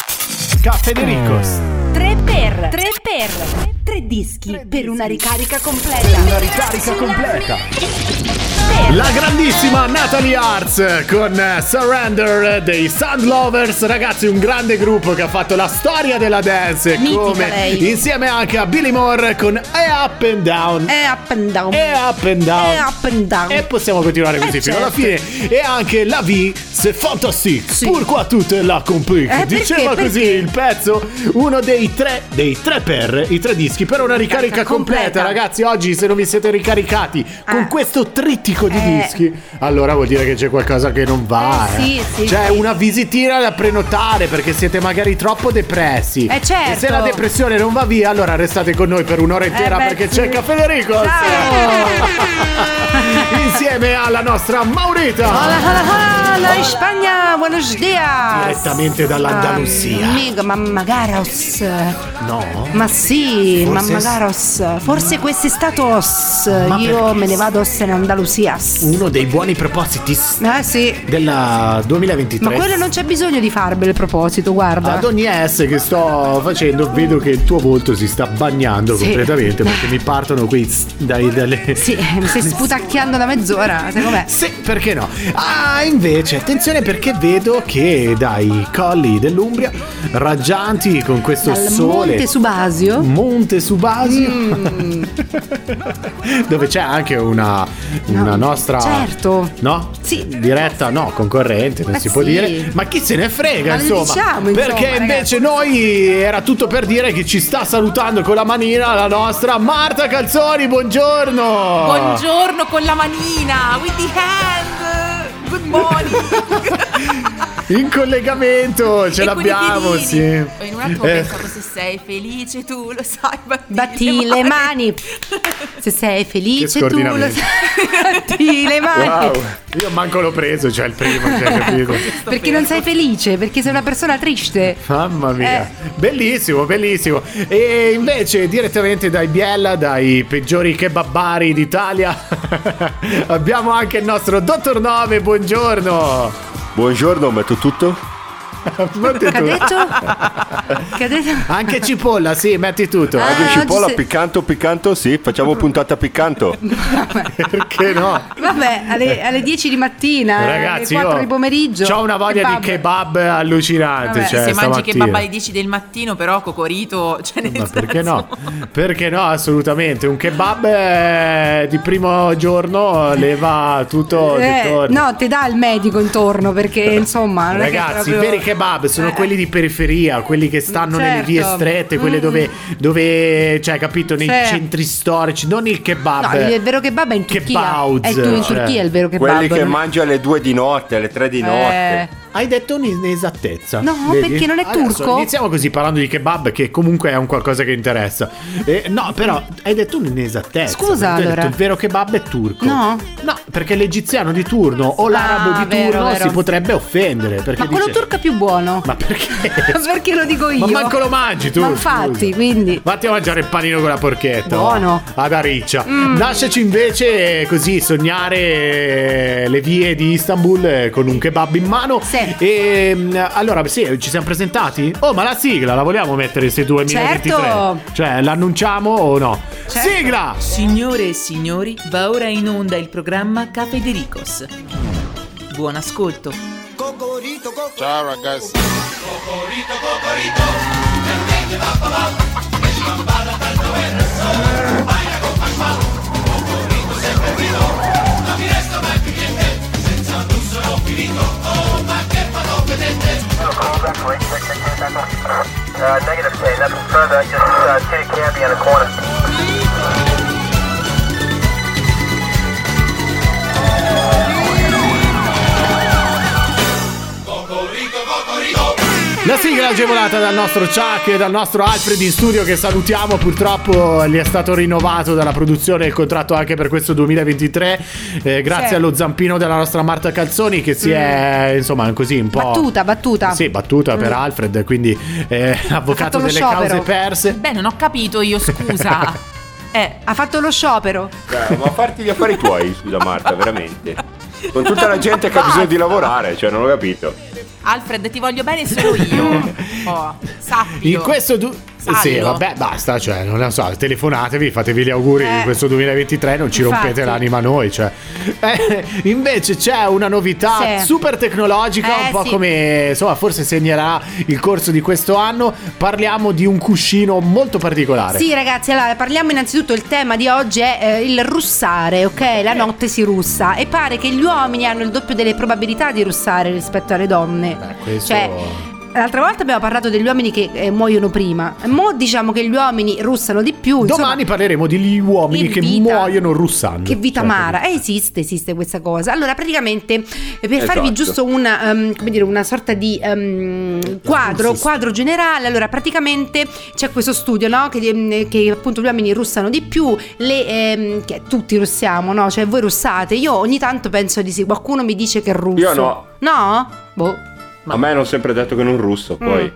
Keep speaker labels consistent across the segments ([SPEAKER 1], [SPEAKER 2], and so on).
[SPEAKER 1] Francesca Federicos.
[SPEAKER 2] 3 per 3 per 3 dischi per una ricarica completa.
[SPEAKER 1] Una ricarica completa. La grandissima Natalie Arts con eh, Surrender dei Sound Lovers, ragazzi, un grande gruppo che ha fatto la storia della dance
[SPEAKER 3] Mitica
[SPEAKER 1] come
[SPEAKER 3] lei.
[SPEAKER 1] insieme anche a Billy Moore con E Up and Down.
[SPEAKER 3] È up and down.
[SPEAKER 1] E Up and Down.
[SPEAKER 3] E Eh. up and down.
[SPEAKER 1] E possiamo continuare così
[SPEAKER 3] Eh,
[SPEAKER 1] fino alla
[SPEAKER 3] certo.
[SPEAKER 1] fine. E anche la V, c'est fantastique.
[SPEAKER 3] Sì.
[SPEAKER 1] Pourquoi tutte la complique?
[SPEAKER 3] Eh, perché,
[SPEAKER 1] Diceva così
[SPEAKER 3] perché?
[SPEAKER 1] il pezzo, uno dei tre, dei tre per, i tre dischi per una ricarica completa.
[SPEAKER 3] completa.
[SPEAKER 1] Ragazzi, oggi se non vi siete ricaricati con
[SPEAKER 3] Ah.
[SPEAKER 1] questo trittico di
[SPEAKER 3] Eh.
[SPEAKER 1] dischi, allora vuol dire che c'è qualcosa che non va.
[SPEAKER 3] Eh, sì, sì,
[SPEAKER 1] C'è
[SPEAKER 3] sì.
[SPEAKER 1] una visitina da prenotare perché siete magari troppo depressi.
[SPEAKER 3] Eh, certo.
[SPEAKER 1] E se la depressione non va via, allora restate con noi per un'ora intera
[SPEAKER 3] Eh, beh,
[SPEAKER 1] perché
[SPEAKER 3] sì.
[SPEAKER 1] c'è Caffè Federico. Insieme alla nostra
[SPEAKER 3] Hola,
[SPEAKER 1] Maurita
[SPEAKER 3] hola, hola, in ah, Spagna, buenos dias. Ah,
[SPEAKER 1] Direttamente dall'Andalusia.
[SPEAKER 3] Amigo, mamma Garos.
[SPEAKER 1] No
[SPEAKER 3] Ma sì,
[SPEAKER 1] Forse-
[SPEAKER 3] mamma Garos. Forse questo è stato os.
[SPEAKER 1] Ma
[SPEAKER 3] Io
[SPEAKER 1] perché? Mm.
[SPEAKER 3] me ne vado os in Andalusias.
[SPEAKER 1] Uno dei buoni propositi
[SPEAKER 3] Eh sì.
[SPEAKER 1] Della 2023
[SPEAKER 3] Ma quello non c'è bisogno di farvelo a proposito, guarda.
[SPEAKER 1] Ad ogni S che sto facendo vedo che il tuo volto si sta bagnando
[SPEAKER 3] Sì.
[SPEAKER 1] completamente perché mi partono quei s- dai, dalle...
[SPEAKER 3] Sì, mi stai sputacchiando da mezz'ora, sai com'è?
[SPEAKER 1] Sì, perché no? Ah, invece, attenzione perché vedo che dai colli dell'Umbria, raggianti con questo
[SPEAKER 3] Al
[SPEAKER 1] sole... Mm.
[SPEAKER 3] Monte Subasio.
[SPEAKER 1] Monte Subasio
[SPEAKER 3] Mm.
[SPEAKER 1] dove c'è anche una, una
[SPEAKER 3] No,
[SPEAKER 1] nostra
[SPEAKER 3] certo.
[SPEAKER 1] no?
[SPEAKER 3] Sì.
[SPEAKER 1] diretta no concorrente non
[SPEAKER 3] Ma
[SPEAKER 1] si può
[SPEAKER 3] sì.
[SPEAKER 1] dire ma chi se ne frega
[SPEAKER 3] Ma lo
[SPEAKER 1] insomma
[SPEAKER 3] diciamo, insomma,
[SPEAKER 1] perché
[SPEAKER 3] ragazzi.
[SPEAKER 1] invece noi era tutto per dire che ci sta salutando con la manina la nostra Marta Calzoni buongiorno
[SPEAKER 2] Buongiorno con la manina, with the hand. Good morning.
[SPEAKER 1] in collegamento ce
[SPEAKER 2] E con i
[SPEAKER 1] l'abbiamo
[SPEAKER 2] piedini.
[SPEAKER 1] sì
[SPEAKER 3] Oh,
[SPEAKER 2] In un attimo
[SPEAKER 1] Eh,
[SPEAKER 2] pensavo se sei felice tu lo sai, batti,
[SPEAKER 3] Batti le mani. Se sei felice
[SPEAKER 1] Che
[SPEAKER 3] tu lo sai.
[SPEAKER 1] scordinamento.
[SPEAKER 3] Batti le mani.
[SPEAKER 1] wow. io manco l'ho preso cioè il primo cioè, capito
[SPEAKER 3] Perché non sei felice, perché sei una persona triste.
[SPEAKER 1] Mamma mia,
[SPEAKER 3] Eh.
[SPEAKER 1] bellissimo, bellissimo. E invece direttamente dai Biella, dai peggiori kebabari d'Italia, abbiamo anche il nostro Dottor 9, buongiorno.
[SPEAKER 4] Buongiorno, metto tutto?
[SPEAKER 1] Metti
[SPEAKER 3] Che ha
[SPEAKER 1] tu.
[SPEAKER 3] detto? Che ha detto?
[SPEAKER 1] Anche cipolla, sì, metti tutto.
[SPEAKER 3] Ah.
[SPEAKER 4] Anche cipolla,
[SPEAKER 3] oggi se-
[SPEAKER 4] piccanto, piccanto, sì, facciamo puntata piccanto.
[SPEAKER 1] Perché no?
[SPEAKER 3] Vabbè, alle, alle 10 di mattina,
[SPEAKER 1] Ragazzi,
[SPEAKER 3] Eh, alle 4
[SPEAKER 1] io
[SPEAKER 3] di pomeriggio.
[SPEAKER 1] ho una voglia di kebab allucinante.
[SPEAKER 3] Vabbè,
[SPEAKER 1] cioè,
[SPEAKER 5] se mangi
[SPEAKER 1] stamattina.
[SPEAKER 5] kebab alle 10 del mattino, però cocorito, cioè nel
[SPEAKER 1] Ma perché
[SPEAKER 5] senso-
[SPEAKER 1] no? Perché no, assolutamente. Un kebab eh, di primo giorno leva tutto
[SPEAKER 3] Eh,
[SPEAKER 1] intorno.
[SPEAKER 3] no, te dà il medico intorno perché insomma. non è che
[SPEAKER 1] Eh, Ragazzi, i
[SPEAKER 3] proprio-
[SPEAKER 1] veri kebab sono
[SPEAKER 3] Eh.
[SPEAKER 1] quelli di periferia, quelli che stanno nelle
[SPEAKER 3] Certo.
[SPEAKER 1] vie strette, quelle
[SPEAKER 3] Mm.
[SPEAKER 1] dove, dove, cioè, capito, nei
[SPEAKER 3] Sì.
[SPEAKER 1] centri storici, non il kebab.
[SPEAKER 3] No, il vero kebab è in Turchia.
[SPEAKER 1] Kebabs,
[SPEAKER 3] è tu in
[SPEAKER 1] cioè.
[SPEAKER 3] Turchia il vero kebab.
[SPEAKER 4] Quelli che
[SPEAKER 3] non-
[SPEAKER 4] mangia alle 2 di notte, alle 3 di
[SPEAKER 3] Eh,
[SPEAKER 4] notte.
[SPEAKER 1] Hai detto un'inesattezza.
[SPEAKER 3] No, perché non è
[SPEAKER 1] Adesso
[SPEAKER 3] turco?
[SPEAKER 1] Iniziamo così parlando di kebab, che comunque è un qualcosa che interessa. Eh, no, però hai detto un'inesattezza.
[SPEAKER 3] Scusa,
[SPEAKER 1] perché tu hai
[SPEAKER 3] allora.
[SPEAKER 1] detto il vero kebab è turco.
[SPEAKER 3] No? Ah,
[SPEAKER 1] No, perché l'egiziano di turno o l'arabo di
[SPEAKER 3] vero,
[SPEAKER 1] turno
[SPEAKER 3] vero.
[SPEAKER 1] si potrebbe offendere. Perché
[SPEAKER 3] Ma quello
[SPEAKER 1] dice-
[SPEAKER 3] turco è più buono.
[SPEAKER 1] Ma perché?
[SPEAKER 3] perché lo dico io?
[SPEAKER 1] Ma manco lo mangi tu.
[SPEAKER 3] Ma infatti,
[SPEAKER 1] scusa.
[SPEAKER 3] quindi.
[SPEAKER 1] Vatti a mangiare il panino con la porchetta.
[SPEAKER 3] Buono. Mm.
[SPEAKER 1] oh, Ad Ariccia. Lasciaci invece eh, così sognare eh, le vie di Istanbul eh, con un kebab in mano.
[SPEAKER 3] Sì.
[SPEAKER 1] E mh, allora, sì, ci siamo presentati? Oh, ma la sigla la vogliamo mettere se 2023?
[SPEAKER 3] Certo.
[SPEAKER 1] Cioè, l'annunciamo o no?
[SPEAKER 3] Certo.
[SPEAKER 1] Sigla!
[SPEAKER 5] Signore e signori, va ora in onda il programma Cafedericos. Buon ascolto.
[SPEAKER 6] Ciao ragazzi.
[SPEAKER 7] Call left, right, check, check, check, check, check. Uh, negative, say nothing further. Just uh, hit a candy in the corner.
[SPEAKER 1] La sigla agevolata dal nostro Chuck e dal nostro Alfred in studio che salutiamo, purtroppo gli è stato rinnovato dalla produzione il contratto anche per questo 2023, eh, grazie
[SPEAKER 3] Sì. Mm.
[SPEAKER 1] allo zampino della nostra Marta Calzoni che si è insomma così un po'...
[SPEAKER 3] Battuta, battuta. Mm.
[SPEAKER 1] Sì, battuta per Alfred, quindi eh, avvocato
[SPEAKER 3] fatto lo
[SPEAKER 1] delle
[SPEAKER 3] sciopero.
[SPEAKER 1] cause perse.
[SPEAKER 5] Beh, non ho capito io, scusa. eh,
[SPEAKER 3] Ha fatto lo sciopero.
[SPEAKER 4] Beh, ma farti gli affari tuoi, scusa Marta, veramente. Con tutta la gente che ha bisogno di lavorare, cioè non ho capito.
[SPEAKER 2] Alfred, ti voglio bene solo io. Oh, sappilo.
[SPEAKER 1] In questo du-
[SPEAKER 2] Sallo.
[SPEAKER 1] Sì, vabbè, basta, cioè, non lo so, telefonatevi, fatevi gli auguri
[SPEAKER 2] Eh.
[SPEAKER 1] di questo 2023, non ci
[SPEAKER 3] Infatti.
[SPEAKER 1] rompete l'anima noi, cioè. Eh, invece c'è una novità
[SPEAKER 3] Sì.
[SPEAKER 1] super tecnologica,
[SPEAKER 3] Eh,
[SPEAKER 1] un po'
[SPEAKER 3] sì.
[SPEAKER 1] come, insomma, forse segnerà il corso di questo anno, parliamo di un cuscino molto particolare.
[SPEAKER 3] Sì, ragazzi, allora parliamo innanzitutto. Il tema di oggi è eh, il russare, ok? La notte si russa. E pare che gli uomini hanno il doppio delle probabilità di russare rispetto alle donne.
[SPEAKER 1] Beh, questo-
[SPEAKER 3] Cioè, L'altra volta abbiamo parlato degli uomini che eh, muoiono prima. Mo diciamo che gli uomini russano di più. insomma,
[SPEAKER 1] Domani parleremo degli uomini che
[SPEAKER 3] che vita-
[SPEAKER 1] muoiono russando.
[SPEAKER 3] Che vita
[SPEAKER 1] Cioè,
[SPEAKER 3] amara. Eh, esiste, esiste questa cosa. Allora, praticamente, eh, per farvi
[SPEAKER 4] Esatto.
[SPEAKER 3] giusto una, ehm, come dire, una sorta di ehm,
[SPEAKER 4] Esatto.
[SPEAKER 3] quadro,
[SPEAKER 1] esiste.
[SPEAKER 3] quadro generale, allora praticamente c'è questo studio, no? Che, ehm, che appunto gli uomini russano di più, le, ehm, che tutti russiamo, no? Cioè voi russate, io ogni tanto penso di sì, qualcuno mi dice che è russo.
[SPEAKER 4] Io no.
[SPEAKER 3] No? Boh.
[SPEAKER 4] A me hanno sempre detto che non russo, poi.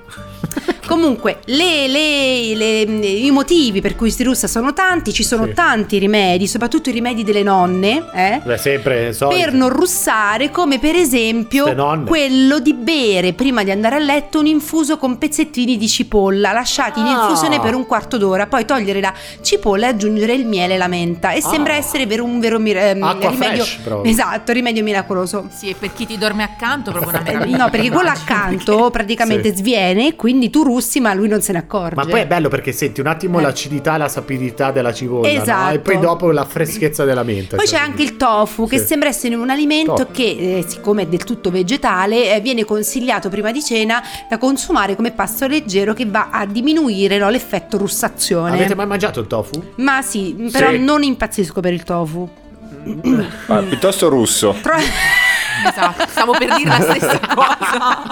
[SPEAKER 3] Comunque, le- le- le- i motivi per cui si russa sono tanti, ci sono
[SPEAKER 1] Sì.
[SPEAKER 3] tanti rimedi, soprattutto i rimedi delle nonne, eh?
[SPEAKER 1] Beh, sempre so.
[SPEAKER 3] per non russare, come per
[SPEAKER 1] Ste
[SPEAKER 3] esempio
[SPEAKER 1] nonne.
[SPEAKER 3] quello di bere prima di andare a letto un infuso con pezzettini di cipolla lasciati in
[SPEAKER 1] Ah.
[SPEAKER 3] infusione per un quarto d'ora, poi togliere la cipolla e aggiungere il miele e la menta. E sembra essere vero un vero mir- ehm,
[SPEAKER 1] Ah. Acqua
[SPEAKER 3] rimedio.
[SPEAKER 1] fresh, proprio.
[SPEAKER 3] esatto, rimedio miracoloso.
[SPEAKER 2] Sì, e per chi ti dorme accanto, è proprio una
[SPEAKER 3] Eh,
[SPEAKER 2] meraviglia.
[SPEAKER 3] No, perché quello accanto praticamente
[SPEAKER 1] Sì.
[SPEAKER 3] sviene, quindi tu russi, ma lui non se ne accorge.
[SPEAKER 1] Ma poi è bello perché senti un attimo
[SPEAKER 3] Eh.
[SPEAKER 1] l'acidità e la sapidità della cipolla no?
[SPEAKER 3] Esatto.
[SPEAKER 1] e poi dopo la freschezza della menta.
[SPEAKER 3] Poi c'è
[SPEAKER 1] cioè,
[SPEAKER 3] anche il tofu che
[SPEAKER 1] Sì.
[SPEAKER 3] sembra essere un alimento
[SPEAKER 1] Tofu.
[SPEAKER 3] che, eh, siccome è del tutto vegetale, eh, viene consigliato prima di cena da consumare come pasto leggero che va a diminuire no, l'effetto russazione.
[SPEAKER 1] Avete mai mangiato il tofu?
[SPEAKER 3] Ma sì, però
[SPEAKER 4] Sì.
[SPEAKER 3] non impazzisco per il tofu.
[SPEAKER 4] Ah, piuttosto russo.
[SPEAKER 3] Tro-
[SPEAKER 2] Esatto, stavo per dire la stessa cosa.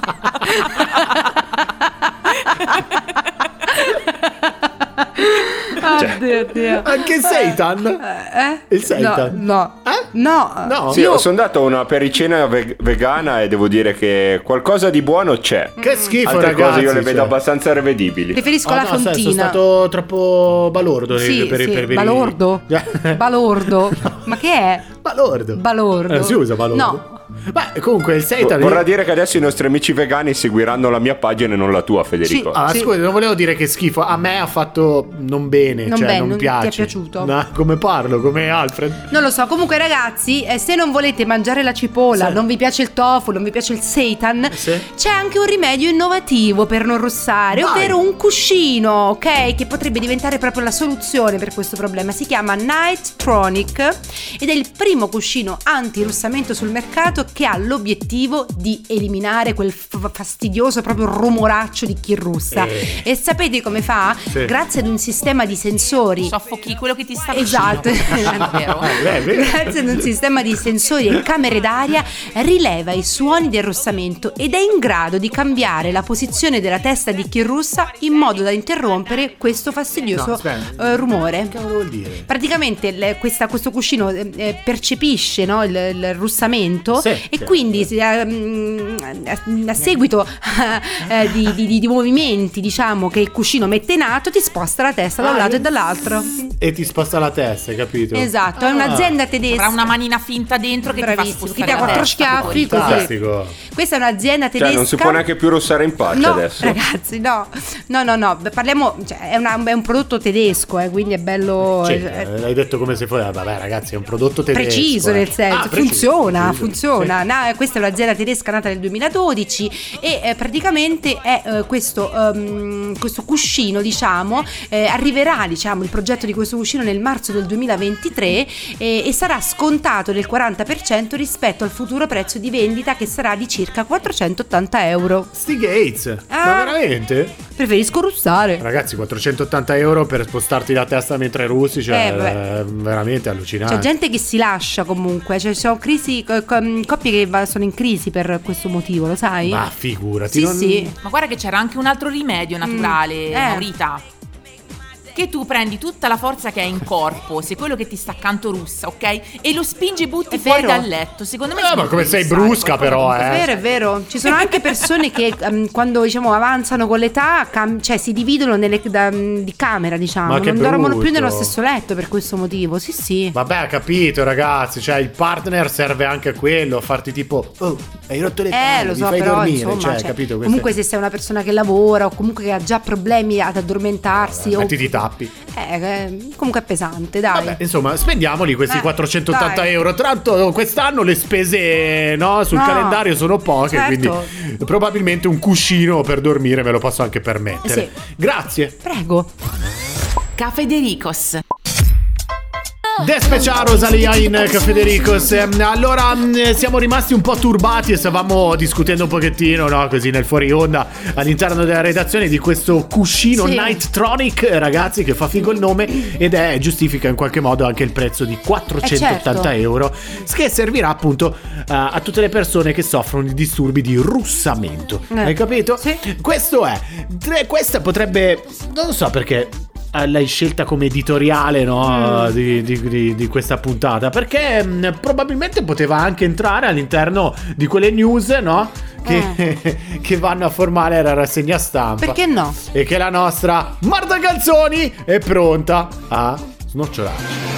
[SPEAKER 1] Cioè.
[SPEAKER 3] Oddio, oddio.
[SPEAKER 1] Anche Seitan?
[SPEAKER 3] Eh?
[SPEAKER 1] Il seitan?
[SPEAKER 3] No, no.
[SPEAKER 1] Eh?
[SPEAKER 3] No.
[SPEAKER 1] No.
[SPEAKER 4] Sì,
[SPEAKER 3] Io-
[SPEAKER 4] sono andato a una pericena ve- vegana e devo dire che qualcosa di buono c'è.
[SPEAKER 1] Che schifo,
[SPEAKER 4] Altre
[SPEAKER 1] ragazzi.
[SPEAKER 4] cose io le
[SPEAKER 1] cioè.
[SPEAKER 4] vedo abbastanza rivedibili.
[SPEAKER 3] Preferisco
[SPEAKER 1] Ah,
[SPEAKER 3] la
[SPEAKER 1] no, sai, sono
[SPEAKER 3] fontina.
[SPEAKER 1] stato troppo balordo. nel-
[SPEAKER 3] Sì,
[SPEAKER 1] per,
[SPEAKER 3] sì,
[SPEAKER 1] per- per-
[SPEAKER 3] balordo.
[SPEAKER 1] Già.
[SPEAKER 3] Balordo. Ma che è?
[SPEAKER 1] Balordo.
[SPEAKER 3] Balordo.
[SPEAKER 1] Eh, si usa balordo.
[SPEAKER 3] No.
[SPEAKER 1] Ma comunque il seitan...
[SPEAKER 4] Vorrà dire che adesso i nostri amici vegani seguiranno la mia pagina e non la tua, Federico.
[SPEAKER 1] Ah,
[SPEAKER 3] Sì.
[SPEAKER 1] scusa, non volevo dire che schifo. A me ha fatto non bene.
[SPEAKER 3] Non
[SPEAKER 1] cioè,
[SPEAKER 3] bene,
[SPEAKER 1] non
[SPEAKER 3] non ti è
[SPEAKER 1] piace.
[SPEAKER 3] piaciuto?
[SPEAKER 1] No, come parlo, come Alfred.
[SPEAKER 3] Non lo so, comunque ragazzi, eh, se non volete mangiare la cipolla,
[SPEAKER 1] Sì. Eh,
[SPEAKER 3] non vi piace il tofu, non vi piace il seitan,
[SPEAKER 1] Sì.
[SPEAKER 3] c'è anche un rimedio innovativo per non russare,
[SPEAKER 1] Vai.
[SPEAKER 3] ovvero un cuscino, ok? Che potrebbe diventare proprio la soluzione per questo problema. Si chiama Nighttronic ed è il primo cuscino antirussamento sul mercato che ha l'obiettivo di eliminare quel f- fastidioso proprio rumoraccio di chi russa.
[SPEAKER 1] Eh.
[SPEAKER 3] E sapete come fa?
[SPEAKER 1] Sì.
[SPEAKER 3] Grazie ad un sistema di sensori
[SPEAKER 2] Soffochi quello che ti sta
[SPEAKER 3] Esatto,
[SPEAKER 2] vicino. È vero.
[SPEAKER 1] Eh, beh, è vero.
[SPEAKER 3] grazie ad un sistema di sensori e camere d'aria rileva i suoni del rossamento ed è in grado di cambiare la posizione della testa di chi russa in modo da interrompere questo
[SPEAKER 1] No,
[SPEAKER 3] fastidioso
[SPEAKER 1] aspetta.
[SPEAKER 3] eh,
[SPEAKER 1] Che
[SPEAKER 3] rumore.
[SPEAKER 1] cavolo vuol dire?
[SPEAKER 3] Praticamente le- questa- questo cuscino eh, eh, percepisce no, il, il russamento
[SPEAKER 1] Sì,
[SPEAKER 3] e
[SPEAKER 1] sì.
[SPEAKER 3] quindi se, eh, mm, a, a seguito eh, di, di- di- di movimenti diciamo, che il cuscino mette in atto ti sposta la testa da un
[SPEAKER 1] Ah,
[SPEAKER 3] lato e
[SPEAKER 1] io-
[SPEAKER 3] dall'altro.
[SPEAKER 1] E ti sposta la testa, capito?
[SPEAKER 3] Esatto, è
[SPEAKER 1] Ah,
[SPEAKER 3] un'azienda tedesca.
[SPEAKER 2] Avrà una manina finta dentro che ti fa
[SPEAKER 3] Bravissimo, che ti
[SPEAKER 2] spostare
[SPEAKER 3] dà
[SPEAKER 2] la
[SPEAKER 3] quattro
[SPEAKER 2] testa,
[SPEAKER 3] schiaffi
[SPEAKER 2] poi. Esatto.
[SPEAKER 3] così.
[SPEAKER 1] Fantastico.
[SPEAKER 3] Questa è un'azienda tedesca.
[SPEAKER 4] Cioè, non si può neanche più russare in pace
[SPEAKER 3] No,
[SPEAKER 4] adesso.
[SPEAKER 3] ragazzi, no, no, no, no. beh, Parliamo, cioè, è, una- è un prodotto tedesco, eh, quindi è bello.
[SPEAKER 1] Cioè,
[SPEAKER 3] eh,
[SPEAKER 1] eh, l'hai detto come se fosse, ah, vabbè ragazzi, è un prodotto tedesco.
[SPEAKER 3] Preciso
[SPEAKER 1] eh.
[SPEAKER 3] nel senso,
[SPEAKER 1] Ah, preciso,
[SPEAKER 3] funziona,
[SPEAKER 1] preciso,
[SPEAKER 3] funziona. Na- questa è un'azienda tedesca nata nel 2012 e eh, praticamente è eh, questo, ehm, questo cuscino, diciamo, eh, arriverà diciamo, il progetto di questo cuscino nel marzo del 2023 eh, e sarà scontato del 40% rispetto al futuro prezzo di vendita che sarà di circa 480 euro.
[SPEAKER 1] sì. Sti Gates, ma
[SPEAKER 3] Ah.
[SPEAKER 1] veramente?
[SPEAKER 3] Preferisco russare.
[SPEAKER 1] Ragazzi, 480 euro per spostarti la testa mentre russi, cioè,
[SPEAKER 3] Eh, vabbè.
[SPEAKER 1] è veramente allucinante.
[SPEAKER 3] C'è gente che si lascia comunque, cioè, ci sono crisi, co- co- coppie che va- sono in crisi per questo motivo, lo sai?
[SPEAKER 1] Ma figurati,
[SPEAKER 3] sì,
[SPEAKER 1] non-
[SPEAKER 3] sì.
[SPEAKER 2] Ma guarda che c'era anche un altro rimedio naturale,
[SPEAKER 3] Mm, eh.
[SPEAKER 2] Maurita. che tu prendi tutta la forza che hai in corpo, se quello che ti sta accanto russa, ok? E lo spingi e butti
[SPEAKER 3] È
[SPEAKER 2] fuori
[SPEAKER 3] vero.
[SPEAKER 2] dal letto. Secondo me
[SPEAKER 1] Ah,
[SPEAKER 2] si
[SPEAKER 1] ma
[SPEAKER 2] può
[SPEAKER 1] come sei
[SPEAKER 2] pensare,
[SPEAKER 1] brusca
[SPEAKER 2] qualcosa
[SPEAKER 1] però,
[SPEAKER 2] comunque.
[SPEAKER 1] eh.
[SPEAKER 3] È vero, è vero. Ci sono anche persone che ehm, quando diciamo avanzano con l'età, cam- cioè si dividono nelle- da- di camera, diciamo,
[SPEAKER 1] Ma
[SPEAKER 3] non
[SPEAKER 1] che
[SPEAKER 3] dormono
[SPEAKER 1] brutto.
[SPEAKER 3] più nello stesso letto per questo motivo. Sì, sì.
[SPEAKER 1] Vabbè, ho capito, ragazzi. Cioè, il partner serve anche a quello, a farti tipo. Oh, hai rotto le palle,
[SPEAKER 3] Eh, lo
[SPEAKER 1] mi
[SPEAKER 3] so,
[SPEAKER 1] fai
[SPEAKER 3] però
[SPEAKER 1] dormire.
[SPEAKER 3] insomma,
[SPEAKER 1] cioè,
[SPEAKER 3] cioè,
[SPEAKER 1] capito? Queste-
[SPEAKER 3] comunque se sei una persona che lavora o comunque che ha già problemi ad addormentarsi o
[SPEAKER 1] Mettiti i tappi.
[SPEAKER 3] Eh, eh, comunque è pesante, dai.
[SPEAKER 1] Vabbè, insomma, spendiamoli questi
[SPEAKER 3] Eh,
[SPEAKER 1] 480
[SPEAKER 3] dai.
[SPEAKER 1] euro. Tra l'altro, quest'anno le spese no, sul
[SPEAKER 3] No,
[SPEAKER 1] calendario sono poche.
[SPEAKER 3] certo.
[SPEAKER 1] Quindi, probabilmente un cuscino per dormire me lo posso anche permettere.
[SPEAKER 3] Eh Sì.
[SPEAKER 1] Grazie.
[SPEAKER 3] Prego.
[SPEAKER 5] Caffè De Ricos.
[SPEAKER 1] Despeciaro Saliain Federicos. Allora, mh, siamo rimasti un po' turbati e stavamo discutendo un pochettino, no? Così nel fuori onda all'interno della redazione di questo cuscino
[SPEAKER 3] Sì.
[SPEAKER 1] Nighttronic, eh, ragazzi, che fa figo il nome ed è giustifica in qualche modo anche il prezzo di 480
[SPEAKER 3] Eh, certo.
[SPEAKER 1] euro, che servirà appunto eh, a tutte le persone che soffrono di disturbi di russamento.
[SPEAKER 3] Eh.
[SPEAKER 1] Hai capito?
[SPEAKER 3] Sì.
[SPEAKER 1] Questo è. Tre- Questa potrebbe. Non lo so perché eh, l'hai scelta come editoriale no, Ah, di, di- di- di questa puntata. Perché mh, probabilmente poteva anche entrare all'interno di quelle news, no? Che,
[SPEAKER 2] Eh.
[SPEAKER 1] che vanno a formare la rassegna stampa.
[SPEAKER 3] Perché no?
[SPEAKER 1] E che la nostra Marta Calzoni è pronta a snocciolare.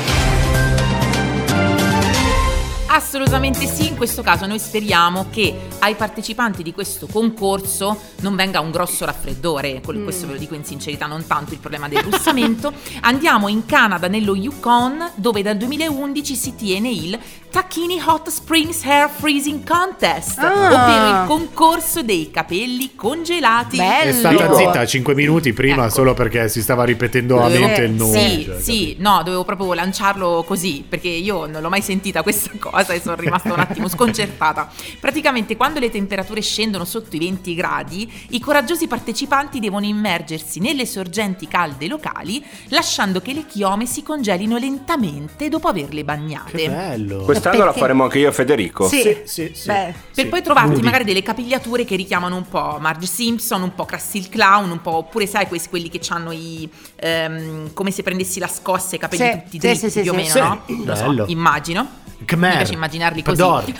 [SPEAKER 2] Assolutamente sì, in questo caso noi speriamo che ai partecipanti di questo concorso non venga un grosso raffreddore, quello- questo ve lo dico in sincerità, non tanto il problema del russamento. Andiamo in Canada, nello Yukon, dove dal 2011 si tiene il Tacchini Hot Springs Hair Freezing Contest,
[SPEAKER 3] Ah.
[SPEAKER 2] ovvero il concorso dei capelli congelati.
[SPEAKER 3] Bello.
[SPEAKER 1] È stata
[SPEAKER 4] Figo.
[SPEAKER 1] zitta 5 minuti prima
[SPEAKER 2] Eh, Ecco.
[SPEAKER 1] solo perché si stava ripetendo a
[SPEAKER 3] Eh,
[SPEAKER 1] mente il nome.
[SPEAKER 2] Sì,
[SPEAKER 1] cioè,
[SPEAKER 2] sì, no, dovevo proprio lanciarlo così perché io non l'ho mai sentita questa cosa e sono rimasta un attimo sconcertata. Praticamente quando le temperature scendono sotto i 20 gradi, i coraggiosi partecipanti devono immergersi nelle sorgenti calde locali, lasciando che le chiome si congelino lentamente dopo averle bagnate.
[SPEAKER 1] Che bello.
[SPEAKER 4] Quest'anno la
[SPEAKER 3] Perché-
[SPEAKER 4] faremo anche io e Federico.
[SPEAKER 3] Sì.
[SPEAKER 1] Sì, sì, sì.
[SPEAKER 3] Beh,
[SPEAKER 2] Per
[SPEAKER 1] Sì.
[SPEAKER 2] poi trovarti
[SPEAKER 1] Nudi.
[SPEAKER 2] magari delle capigliature che richiamano un po' Marge Simpson, un po' Crusty il Clown, un po' oppure sai questi, quelli che hanno i... ehm, come se prendessi la scossa e i capelli
[SPEAKER 3] Sì,
[SPEAKER 2] tutti
[SPEAKER 3] sì,
[SPEAKER 2] dritti
[SPEAKER 3] sì, sì,
[SPEAKER 2] più o
[SPEAKER 3] sì.
[SPEAKER 2] meno,
[SPEAKER 1] Sì,
[SPEAKER 2] no? Lo
[SPEAKER 1] bello.
[SPEAKER 2] so, immagino.
[SPEAKER 1] Khmer,
[SPEAKER 2] Mi piace immaginarli
[SPEAKER 1] Pador.
[SPEAKER 2] così.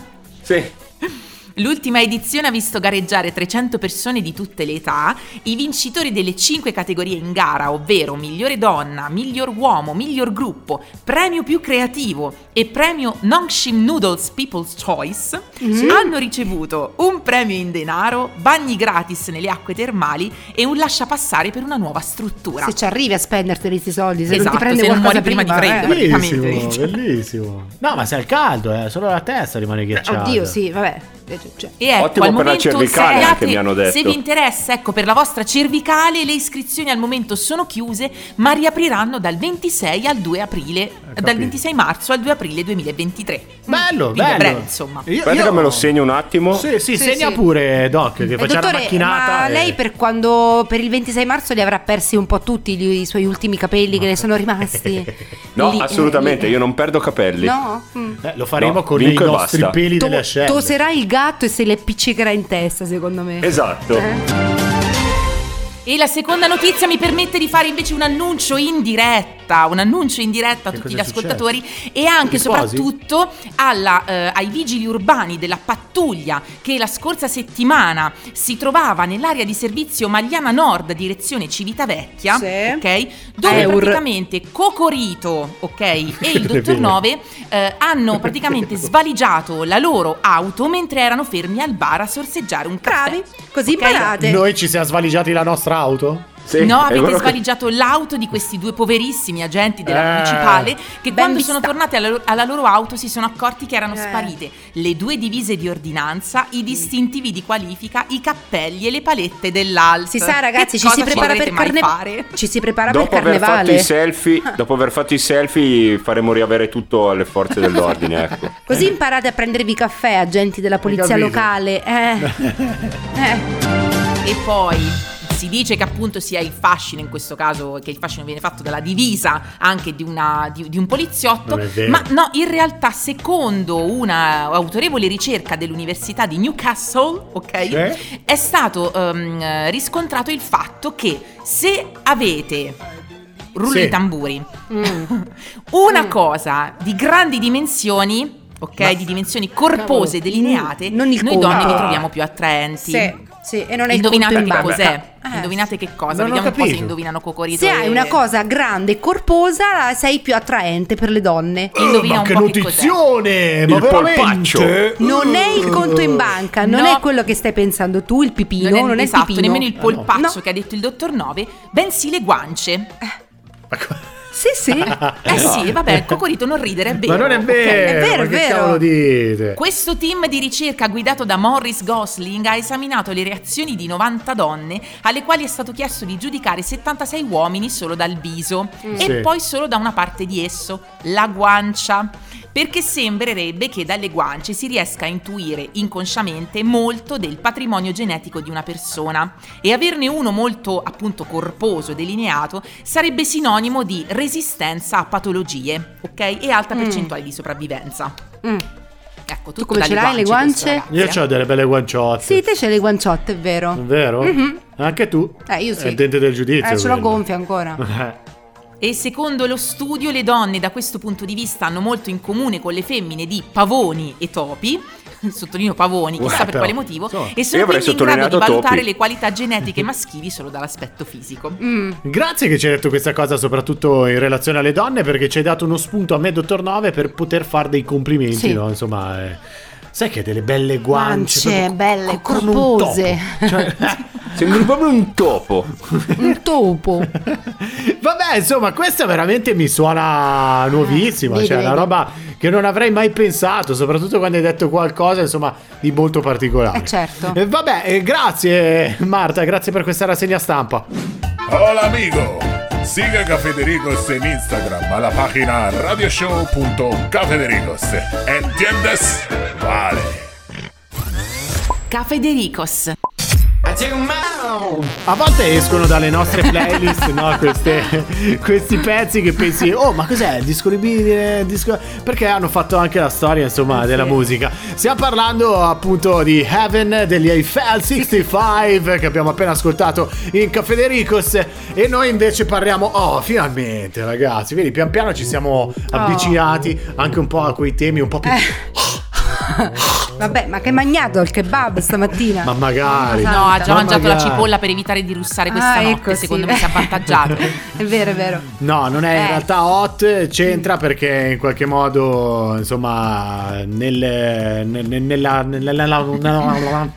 [SPEAKER 4] Sì.
[SPEAKER 2] L'ultima edizione ha visto gareggiare 300 persone di tutte le età, i vincitori delle 5 categorie in gara, ovvero migliore donna, miglior uomo, miglior gruppo, premio più creativo e premio Nongshim Noodles People's Choice,
[SPEAKER 3] Mhm.
[SPEAKER 2] hanno ricevuto un premio in denaro, bagni gratis nelle acque termali e un lasciapassare per una nuova struttura.
[SPEAKER 3] se ci arrivi a spenderti questi soldi, se non
[SPEAKER 2] Esatto,
[SPEAKER 3] ti prende
[SPEAKER 2] se non
[SPEAKER 3] qualcosa
[SPEAKER 2] muori prima di
[SPEAKER 3] eh.
[SPEAKER 2] freddo.
[SPEAKER 1] Bellissimo,
[SPEAKER 2] praticamente.
[SPEAKER 1] bellissimo. No, ma sei al caldo, eh. solo la testa rimane ghiacciata.
[SPEAKER 3] eh. Oddio, sì, vabbè. Cioè,
[SPEAKER 2] E ecco,
[SPEAKER 4] Ottimo
[SPEAKER 2] al
[SPEAKER 4] per la
[SPEAKER 2] momento,
[SPEAKER 4] cervicale,
[SPEAKER 2] se-
[SPEAKER 4] anche mi hanno detto.
[SPEAKER 2] Se vi interessa, ecco, per la vostra cervicale le iscrizioni al momento sono chiuse, ma riapriranno dal 26 al 2 aprile,
[SPEAKER 1] Eh, capito.
[SPEAKER 2] dal 26 marzo al 2 aprile 2023.
[SPEAKER 1] Bello,
[SPEAKER 2] Mm, quindi
[SPEAKER 1] bello.
[SPEAKER 2] a breve, insomma.
[SPEAKER 1] Io-
[SPEAKER 4] Aspetta
[SPEAKER 1] io-
[SPEAKER 4] che me lo segno un attimo.
[SPEAKER 1] Sì, sì,
[SPEAKER 3] Sì,
[SPEAKER 1] segna
[SPEAKER 3] sì.
[SPEAKER 1] pure Doc che
[SPEAKER 3] Eh,
[SPEAKER 1] faceva la
[SPEAKER 3] dottore,
[SPEAKER 1] macchinata.
[SPEAKER 3] ma
[SPEAKER 1] e-
[SPEAKER 3] lei per quando per il 26 marzo li avrà persi un po' tutti gli- i suoi ultimi capelli che le sono rimasti?
[SPEAKER 4] No,
[SPEAKER 3] Lì, eh,
[SPEAKER 4] assolutamente,
[SPEAKER 3] lì.
[SPEAKER 4] io non perdo capelli.
[SPEAKER 3] No? Mm.
[SPEAKER 1] Eh, lo faremo
[SPEAKER 4] No,
[SPEAKER 1] con i
[SPEAKER 4] vinco e
[SPEAKER 1] nostri
[SPEAKER 4] basta.
[SPEAKER 1] peli
[SPEAKER 3] To-
[SPEAKER 1] delle ascelle.
[SPEAKER 3] toserà il gatto e se le appiccicherà in testa, secondo me.
[SPEAKER 4] Esatto.
[SPEAKER 3] Eh.
[SPEAKER 2] E la seconda notizia mi permette di fare invece un annuncio in diretta, un annuncio in diretta a
[SPEAKER 1] Che cosa
[SPEAKER 2] tutti gli
[SPEAKER 1] è successo?
[SPEAKER 2] ascoltatori e anche
[SPEAKER 1] Gli
[SPEAKER 2] e
[SPEAKER 1] sposi?
[SPEAKER 2] soprattutto alla, eh, ai vigili urbani della pattuglia che la scorsa settimana si trovava nell'area di servizio Magliana Nord, direzione Civitavecchia,
[SPEAKER 3] Sì. Eh,
[SPEAKER 2] ok? Dove
[SPEAKER 3] Eur.
[SPEAKER 2] praticamente Cocorito, ok, e il dottor
[SPEAKER 1] Vero.
[SPEAKER 2] Nove eh, hanno praticamente svaligiato la loro auto mentre erano fermi al bar a sorseggiare un caffè.
[SPEAKER 3] Bravi, così
[SPEAKER 2] Ok?
[SPEAKER 3] imparate.
[SPEAKER 1] Noi ci siamo svaligiati la nostra auto?
[SPEAKER 4] Sì,
[SPEAKER 2] no,
[SPEAKER 4] è quello
[SPEAKER 2] avete
[SPEAKER 4] che-
[SPEAKER 2] svaligiato l'auto di questi due poverissimi agenti della
[SPEAKER 1] Eh,
[SPEAKER 2] municipale che
[SPEAKER 3] ben
[SPEAKER 2] quando
[SPEAKER 3] vista.
[SPEAKER 2] sono tornati alla, lo- alla loro auto si sono accorti che erano
[SPEAKER 3] Eh. Mm.
[SPEAKER 2] sparite le due divise di ordinanza, i distintivi di qualifica, i cappelli e le palette dell'ALT.
[SPEAKER 3] Si sa, ragazzi,
[SPEAKER 2] Che
[SPEAKER 3] ci si
[SPEAKER 2] cosa
[SPEAKER 3] prepara per
[SPEAKER 2] potrete mai
[SPEAKER 3] carnevale.
[SPEAKER 2] fare?
[SPEAKER 3] Ci si prepara
[SPEAKER 4] Dopo
[SPEAKER 3] per
[SPEAKER 4] aver, fatto i
[SPEAKER 3] carnevale.
[SPEAKER 4] selfie, dopo aver fatto i selfie faremo riavere tutto alle forze dell'ordine, ecco.
[SPEAKER 3] Così imparate a prendervi caffè, agenti della polizia
[SPEAKER 1] capito?
[SPEAKER 3] locale. Eh. Eh.
[SPEAKER 2] E poi si dice che appunto sia il fascino, in questo caso che il fascino viene fatto dalla divisa anche di, una- di- di un poliziotto,
[SPEAKER 1] Non è vero.
[SPEAKER 2] ma no, in realtà secondo una autorevole ricerca dell'Università di Newcastle, ok,
[SPEAKER 1] Sì.
[SPEAKER 2] è stato ehm, riscontrato il fatto che se avete rullo
[SPEAKER 1] Sì.
[SPEAKER 2] di tamburi.
[SPEAKER 3] Mm.
[SPEAKER 2] Una cosa di grandi dimensioni, ok,
[SPEAKER 1] Ma-
[SPEAKER 2] di dimensioni corpose,
[SPEAKER 3] Cavolo.
[SPEAKER 2] delineate,
[SPEAKER 3] Mm, non il
[SPEAKER 2] noi
[SPEAKER 3] conto.
[SPEAKER 2] donne li
[SPEAKER 1] Ah.
[SPEAKER 2] troviamo più attraenti.
[SPEAKER 3] Sì, sì, e non è il
[SPEAKER 2] Indovinate
[SPEAKER 3] conto in
[SPEAKER 2] che
[SPEAKER 3] banca.
[SPEAKER 2] cos'è?
[SPEAKER 3] Eh.
[SPEAKER 2] Indovinate che cosa?
[SPEAKER 1] Non ho
[SPEAKER 2] Vediamo un po' se
[SPEAKER 1] capito.
[SPEAKER 2] indovinano Cocorito.
[SPEAKER 3] Se
[SPEAKER 2] e-
[SPEAKER 3] hai una cosa grande e corposa, sei più attraente per le donne.
[SPEAKER 2] Indovina
[SPEAKER 1] ma
[SPEAKER 2] un
[SPEAKER 1] che
[SPEAKER 2] po' che cos'è.
[SPEAKER 1] notizione! Ma
[SPEAKER 4] Il
[SPEAKER 1] veramente?
[SPEAKER 4] polpaccio.
[SPEAKER 3] Non è il conto in banca, non
[SPEAKER 2] No.
[SPEAKER 3] è quello che stai pensando tu, il pipino, non è, il
[SPEAKER 2] esatto,
[SPEAKER 3] pipino.
[SPEAKER 2] nemmeno
[SPEAKER 1] Ah,
[SPEAKER 2] il polpaccio
[SPEAKER 3] No.
[SPEAKER 2] che ha detto il dottor Nove, bensì le guance.
[SPEAKER 3] Eh,
[SPEAKER 1] Ma co-
[SPEAKER 3] Sì, sì.
[SPEAKER 2] Eh sì, vabbè, Cocorito non ridere, è vero.
[SPEAKER 1] Ecco. Ma non è
[SPEAKER 2] ok?
[SPEAKER 1] vero,
[SPEAKER 3] è vero,
[SPEAKER 1] ma
[SPEAKER 3] è
[SPEAKER 1] che
[SPEAKER 3] vero.
[SPEAKER 1] cavolo dite?
[SPEAKER 2] Questo team di ricerca guidato da Morris Gosling ha esaminato le reazioni di 90 donne alle quali è stato chiesto di giudicare 76 uomini solo dal viso e
[SPEAKER 1] Sì.
[SPEAKER 2] poi solo da una parte di esso, la guancia. Perché sembrerebbe che dalle guance si riesca a intuire inconsciamente molto del patrimonio genetico di una persona e averne uno molto appunto corposo, delineato, sarebbe sinonimo di resistenza a patologie, ok? E alta
[SPEAKER 3] Mm.
[SPEAKER 2] percentuale di sopravvivenza.
[SPEAKER 3] Mm.
[SPEAKER 2] Ecco,
[SPEAKER 3] come
[SPEAKER 2] dalle
[SPEAKER 3] ce l'hai le
[SPEAKER 2] questo,
[SPEAKER 3] guance?
[SPEAKER 2] ragazzi,
[SPEAKER 1] Io
[SPEAKER 2] eh.
[SPEAKER 1] ho delle belle guanciotte.
[SPEAKER 3] Sì, te c'hai le guanciotte, è vero.
[SPEAKER 1] Vero?
[SPEAKER 3] Mhm.
[SPEAKER 1] Anche tu?
[SPEAKER 3] Eh, io sì.
[SPEAKER 1] È il dente del giudizio.
[SPEAKER 3] Eh, ce l'ho
[SPEAKER 1] quello.
[SPEAKER 3] gonfia ancora.
[SPEAKER 1] Eh,
[SPEAKER 2] E secondo lo studio le donne da questo punto di vista hanno molto in comune con le femmine di pavoni e topi. Sottolineo pavoni, chissà
[SPEAKER 1] Guarda,
[SPEAKER 2] per
[SPEAKER 1] però,
[SPEAKER 2] quale motivo,
[SPEAKER 1] insomma,
[SPEAKER 2] e sono
[SPEAKER 4] io avrei
[SPEAKER 2] quindi in grado di
[SPEAKER 4] sottolineato
[SPEAKER 2] valutare
[SPEAKER 4] topi.
[SPEAKER 2] le qualità genetiche maschili solo dall'aspetto fisico.
[SPEAKER 3] Mm.
[SPEAKER 1] Grazie che ci hai detto questa cosa, soprattutto in relazione alle donne, perché ci hai dato uno spunto a me, dottor Nove, per poter fare dei complimenti,
[SPEAKER 3] Sì.
[SPEAKER 1] no? Insomma, eh, sai che delle belle guance.
[SPEAKER 3] Guance,
[SPEAKER 1] proprio
[SPEAKER 3] belle,
[SPEAKER 1] co- come un
[SPEAKER 3] corpose.
[SPEAKER 1] topo. Cioè,
[SPEAKER 4] Sembri proprio un topo.
[SPEAKER 3] Un topo.
[SPEAKER 1] Vabbè, insomma, questa veramente mi suona nuovissima.
[SPEAKER 3] Vedi,
[SPEAKER 1] cioè,
[SPEAKER 3] Eh, vedi.
[SPEAKER 1] una roba che non avrei mai pensato, soprattutto quando hai detto qualcosa, insomma, di molto particolare.
[SPEAKER 3] Eh, certo.
[SPEAKER 1] Eh, vabbè, eh, grazie Marta, grazie per questa rassegna stampa.
[SPEAKER 8] Hola amigo. Sigan a Federicos en Instagram a la página radioshow.cafedericos. ¿Entiendes? Vale.
[SPEAKER 2] Cafedericos.
[SPEAKER 3] Ah,
[SPEAKER 1] A volte escono dalle nostre playlist, no? Queste- questi pezzi che pensi, oh, ma cos'è? Disco libile? Disco... Perché hanno fatto anche la storia, insomma, della musica. Stiamo parlando appunto di Heaven degli Eiffel 65 che abbiamo appena ascoltato in Caffè De Ricos. E noi invece parliamo, oh, finalmente, ragazzi, vedi, pian piano ci siamo avvicinati
[SPEAKER 2] Oh.
[SPEAKER 1] anche un po' a quei temi un po' più.
[SPEAKER 2] Eh.
[SPEAKER 3] Vabbè, ma che magnato il kebab stamattina?
[SPEAKER 1] Ma magari.
[SPEAKER 2] No, ha già
[SPEAKER 1] Ma
[SPEAKER 2] mangiato la
[SPEAKER 1] magari.
[SPEAKER 2] cipolla per evitare di russare questa
[SPEAKER 3] Ah,
[SPEAKER 2] notte,
[SPEAKER 3] ecco, sì.
[SPEAKER 2] secondo me si è avvantaggiato.
[SPEAKER 3] è vero, è vero.
[SPEAKER 1] No, non è in
[SPEAKER 3] Eh. Mm.
[SPEAKER 1] realtà hot, c'entra perché in qualche modo, insomma, nel, nel- nel- nella, nella, nella- nella-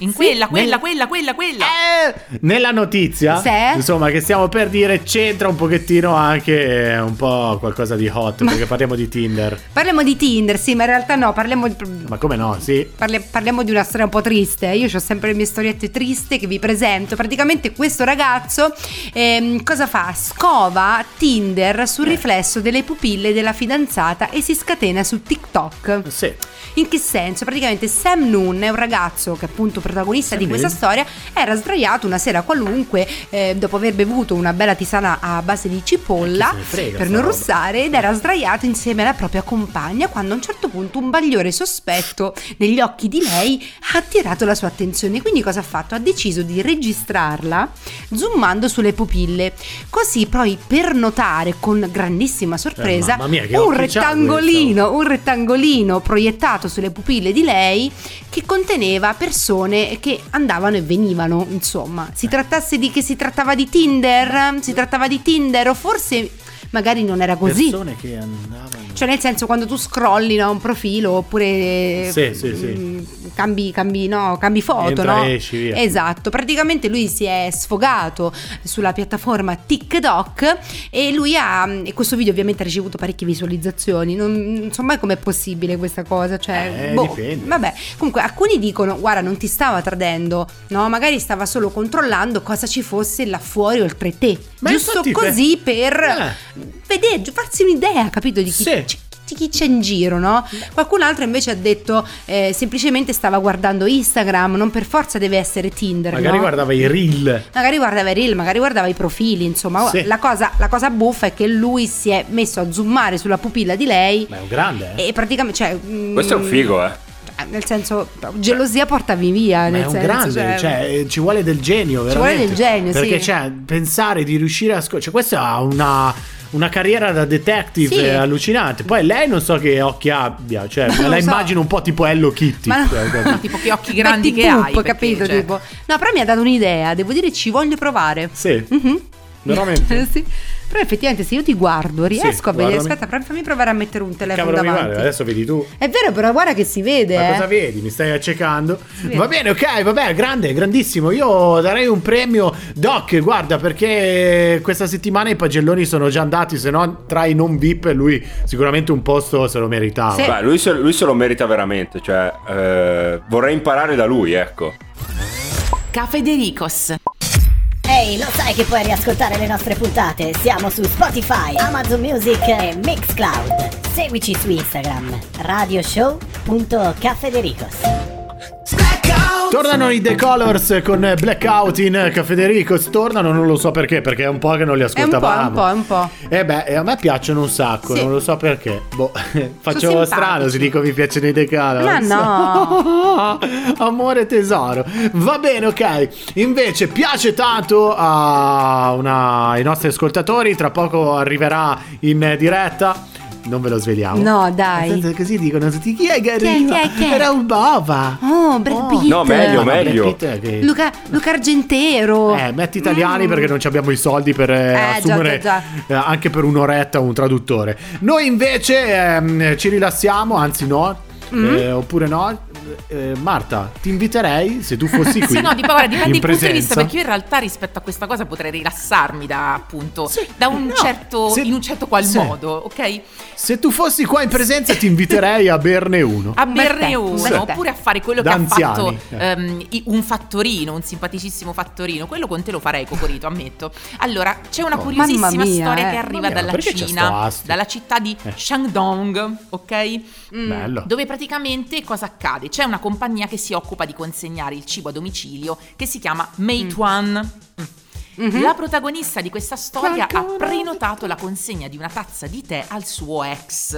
[SPEAKER 2] In quella, quella,
[SPEAKER 1] nel-
[SPEAKER 2] quella, quella, quella.
[SPEAKER 1] Eh, nella notizia,
[SPEAKER 3] Sì.
[SPEAKER 1] insomma, che stiamo per dire, c'entra un pochettino anche eh, un po' qualcosa di hot, perché parliamo di Tinder.
[SPEAKER 3] Parliamo di Tinder, sì, ma in realtà no, parliamo di...
[SPEAKER 1] Ma come no, sì.
[SPEAKER 3] Parli- parliamo di una storia un po' triste. eh. Io ho sempre le mie storiette triste che vi presento. Praticamente questo ragazzo ehm, cosa fa? Scova Tinder sul riflesso delle pupille della fidanzata e si scatena su TikTok.
[SPEAKER 1] Sì.
[SPEAKER 3] In che senso? Praticamente Sam Noon è un ragazzo che è appunto protagonista di
[SPEAKER 1] Sam
[SPEAKER 3] questa
[SPEAKER 1] Noon?
[SPEAKER 3] storia, era sdraiato una sera qualunque eh, dopo aver bevuto una bella tisana a base di cipolla
[SPEAKER 1] Eh, chi se ne frega
[SPEAKER 3] per
[SPEAKER 1] sta
[SPEAKER 3] non
[SPEAKER 1] roba?
[SPEAKER 3] russare ed era sdraiato insieme alla propria compagna quando a un certo punto un bagliore sospetto negli occhi di lei ha attirato la sua attenzione. Quindi cosa ha fatto? Ha deciso di registrarla zoomando sulle pupille, così poi per notare con grandissima sorpresa
[SPEAKER 1] Eh, mamma mia, che
[SPEAKER 3] un
[SPEAKER 1] occhi c'ha
[SPEAKER 3] rettangolino, un rettangolino proiettato sulle pupille di lei che conteneva persone che andavano e venivano, insomma.
[SPEAKER 1] Eh.
[SPEAKER 3] Si trattasse di che si trattava di Tinder, si trattava di Tinder o forse magari non era così.
[SPEAKER 1] Persone che andavano.
[SPEAKER 3] Cioè nel senso quando tu scrolli no, un profilo oppure eh,
[SPEAKER 1] Sì, sì, sì.
[SPEAKER 3] mm, Cambi, cambi, no, cambi foto,
[SPEAKER 1] Entra,
[SPEAKER 3] no?
[SPEAKER 1] esci, via.
[SPEAKER 3] Esatto, praticamente lui si è sfogato sulla piattaforma TikTok e lui ha, e questo video ovviamente ha ricevuto parecchie visualizzazioni, non, non so mai com'è possibile questa cosa, cioè...
[SPEAKER 1] Eh, dipende.
[SPEAKER 3] Vabbè, comunque alcuni dicono, guarda non ti stava tradendo, no? Magari stava solo controllando cosa ci fosse là fuori oltre te,
[SPEAKER 1] Ma
[SPEAKER 3] giusto
[SPEAKER 1] infatti,
[SPEAKER 3] così
[SPEAKER 1] beh,
[SPEAKER 3] per
[SPEAKER 1] eh.
[SPEAKER 3] vedere, farsi un'idea, capito? Di chi,
[SPEAKER 1] Sì.
[SPEAKER 3] ci- di chi c'è in giro, no? Qualcun altro invece ha detto eh, semplicemente stava guardando Instagram, non per forza deve essere Tinder.
[SPEAKER 1] Magari
[SPEAKER 3] no?
[SPEAKER 1] guardava i reel.
[SPEAKER 3] Magari guardava i reel, magari guardava i profili, insomma.
[SPEAKER 1] Sì.
[SPEAKER 3] La, cosa, la cosa buffa è che lui si è messo a zoomare sulla pupilla di lei
[SPEAKER 1] Ma è un grande, eh.
[SPEAKER 3] e praticamente... Cioè, mm,
[SPEAKER 4] Questo è un figo, eh.
[SPEAKER 3] nel senso, gelosia portami via.
[SPEAKER 1] Ma
[SPEAKER 3] Nel
[SPEAKER 1] è un
[SPEAKER 3] senso,
[SPEAKER 1] grande,
[SPEAKER 3] cioè-
[SPEAKER 1] cioè, eh, ci vuole del genio,
[SPEAKER 3] Ci
[SPEAKER 1] veramente.
[SPEAKER 3] vuole del genio, sì.
[SPEAKER 1] Perché, cioè, pensare di riuscire a... sco- Cioè, questa ha una, una carriera da detective
[SPEAKER 3] Sì.
[SPEAKER 1] eh, allucinante. Poi lei non so che occhi abbia, cioè,
[SPEAKER 3] Non lo
[SPEAKER 1] la
[SPEAKER 3] so.
[SPEAKER 1] immagino un po' tipo Hello Kitty.
[SPEAKER 3] Ma-
[SPEAKER 1] cioè, capito?
[SPEAKER 2] tipo che occhi grandi
[SPEAKER 3] Betty
[SPEAKER 2] che hai.
[SPEAKER 3] Boop,
[SPEAKER 2] perché,
[SPEAKER 3] capito?
[SPEAKER 2] cioè,
[SPEAKER 3] Tipo. No, però mi ha dato un'idea, devo dire ci voglio provare.
[SPEAKER 1] sì,
[SPEAKER 3] Mhm.
[SPEAKER 1] veramente.
[SPEAKER 3] Sì. Però effettivamente se io ti guardo riesco a vedere.
[SPEAKER 1] guardami.
[SPEAKER 3] Aspetta, però fammi provare a mettere un telefono
[SPEAKER 1] Cavolo mi
[SPEAKER 3] davanti.
[SPEAKER 1] pare, adesso vedi tu.
[SPEAKER 3] È vero, però guarda che si vede.
[SPEAKER 1] Ma
[SPEAKER 3] eh.
[SPEAKER 1] cosa vedi? Mi stai accecando?
[SPEAKER 3] vede.
[SPEAKER 1] Va bene, ok, vabbè, grande, grandissimo. Io darei un premio. Doc, guarda, perché questa settimana i pagelloni sono già andati, se no tra i non VIP lui sicuramente un posto se lo meritava.
[SPEAKER 3] Sì.
[SPEAKER 4] Beh, lui se, lui se lo merita veramente, cioè eh, vorrei imparare da lui, ecco.
[SPEAKER 2] Caffè De Ricos.
[SPEAKER 9] Ehi, lo sai che puoi riascoltare le nostre puntate? Siamo su Spotify, Amazon Music e Mixcloud. Seguici su Instagram, radioshow.cafedericos.
[SPEAKER 1] Tornano i The Colors con Blackout in Cafederico. Tornano, non lo so perché, perché è un po' che non li
[SPEAKER 3] È un po',
[SPEAKER 1] ascoltavamo.
[SPEAKER 3] è un po', è un po'.
[SPEAKER 1] Eh beh, eh, a me piacciono un sacco,
[SPEAKER 3] Sì.
[SPEAKER 1] non lo so perché. Boh, faccio
[SPEAKER 3] simpatici.
[SPEAKER 1] strano se dico mi piacciono i decalo.
[SPEAKER 3] Ma no.
[SPEAKER 1] Amore tesoro. Va bene, ok. Invece piace tanto a una- ai nostri ascoltatori, tra poco arriverà in diretta. Non ve lo svegliamo.
[SPEAKER 3] No, dai.
[SPEAKER 1] Nel senso, Così dicono tutti chi è che
[SPEAKER 3] Chi è,
[SPEAKER 1] arriva?
[SPEAKER 3] chi è, chi è?
[SPEAKER 1] Era un bova.
[SPEAKER 3] Oh, Brad Pitt. Eh.
[SPEAKER 4] No, meglio,
[SPEAKER 1] Ah, ma
[SPEAKER 4] meglio.
[SPEAKER 1] Brad Pitt è che-
[SPEAKER 3] Luca, Luca Argentero.
[SPEAKER 2] Oh.
[SPEAKER 1] Eh, metti italiani
[SPEAKER 2] Mm.
[SPEAKER 1] perché non ci abbiamo i soldi per eh,
[SPEAKER 3] Eh, già,
[SPEAKER 1] assumere
[SPEAKER 3] già,
[SPEAKER 1] eh, anche per un'oretta un traduttore. Noi invece ehm, ci rilassiamo, anzi no,
[SPEAKER 2] Mm.
[SPEAKER 1] eh, oppure no. Eh, Marta, ti inviterei se tu fossi qui.
[SPEAKER 2] Sì, no, tipo, guarda, dipende
[SPEAKER 1] in
[SPEAKER 2] dal punto di vista,
[SPEAKER 1] presenza.
[SPEAKER 2] perché io in realtà rispetto a questa cosa potrei rilassarmi da appunto da un
[SPEAKER 1] no,
[SPEAKER 2] certo
[SPEAKER 1] se-
[SPEAKER 2] in un certo qual
[SPEAKER 1] sì.
[SPEAKER 2] modo, ok?
[SPEAKER 1] Se tu fossi qua in presenza ti inviterei a berne uno.
[SPEAKER 2] A
[SPEAKER 3] Un bel
[SPEAKER 2] berne
[SPEAKER 3] tè, un
[SPEAKER 2] uno,
[SPEAKER 3] bel tè.
[SPEAKER 2] oppure a fare quello
[SPEAKER 1] Da
[SPEAKER 2] che ha
[SPEAKER 1] anziani,
[SPEAKER 2] fatto
[SPEAKER 1] eh.
[SPEAKER 2] ehm, i- un fattorino, un simpaticissimo fattorino. Quello con te lo farei, Cocorito, ammetto. Allora, c'è una
[SPEAKER 1] Oh.
[SPEAKER 2] curiosissima
[SPEAKER 3] Mamma mia,
[SPEAKER 2] storia
[SPEAKER 3] eh.
[SPEAKER 2] che arriva
[SPEAKER 1] Mamma mia,
[SPEAKER 2] dalla
[SPEAKER 1] perché c'è sto
[SPEAKER 2] Cina,
[SPEAKER 1] astio?
[SPEAKER 2] dalla città di
[SPEAKER 1] Eh.
[SPEAKER 2] Shandong, ok?
[SPEAKER 3] Mm.
[SPEAKER 1] Bello.
[SPEAKER 2] Dove praticamente cosa accade? C'è una compagnia che si occupa di consegnare il cibo a domicilio che si chiama Meituan.
[SPEAKER 1] Mm.
[SPEAKER 3] Mhm.
[SPEAKER 2] La protagonista di questa storia ha
[SPEAKER 1] Qualcuno-
[SPEAKER 2] prenotato la consegna di una tazza di tè al suo ex.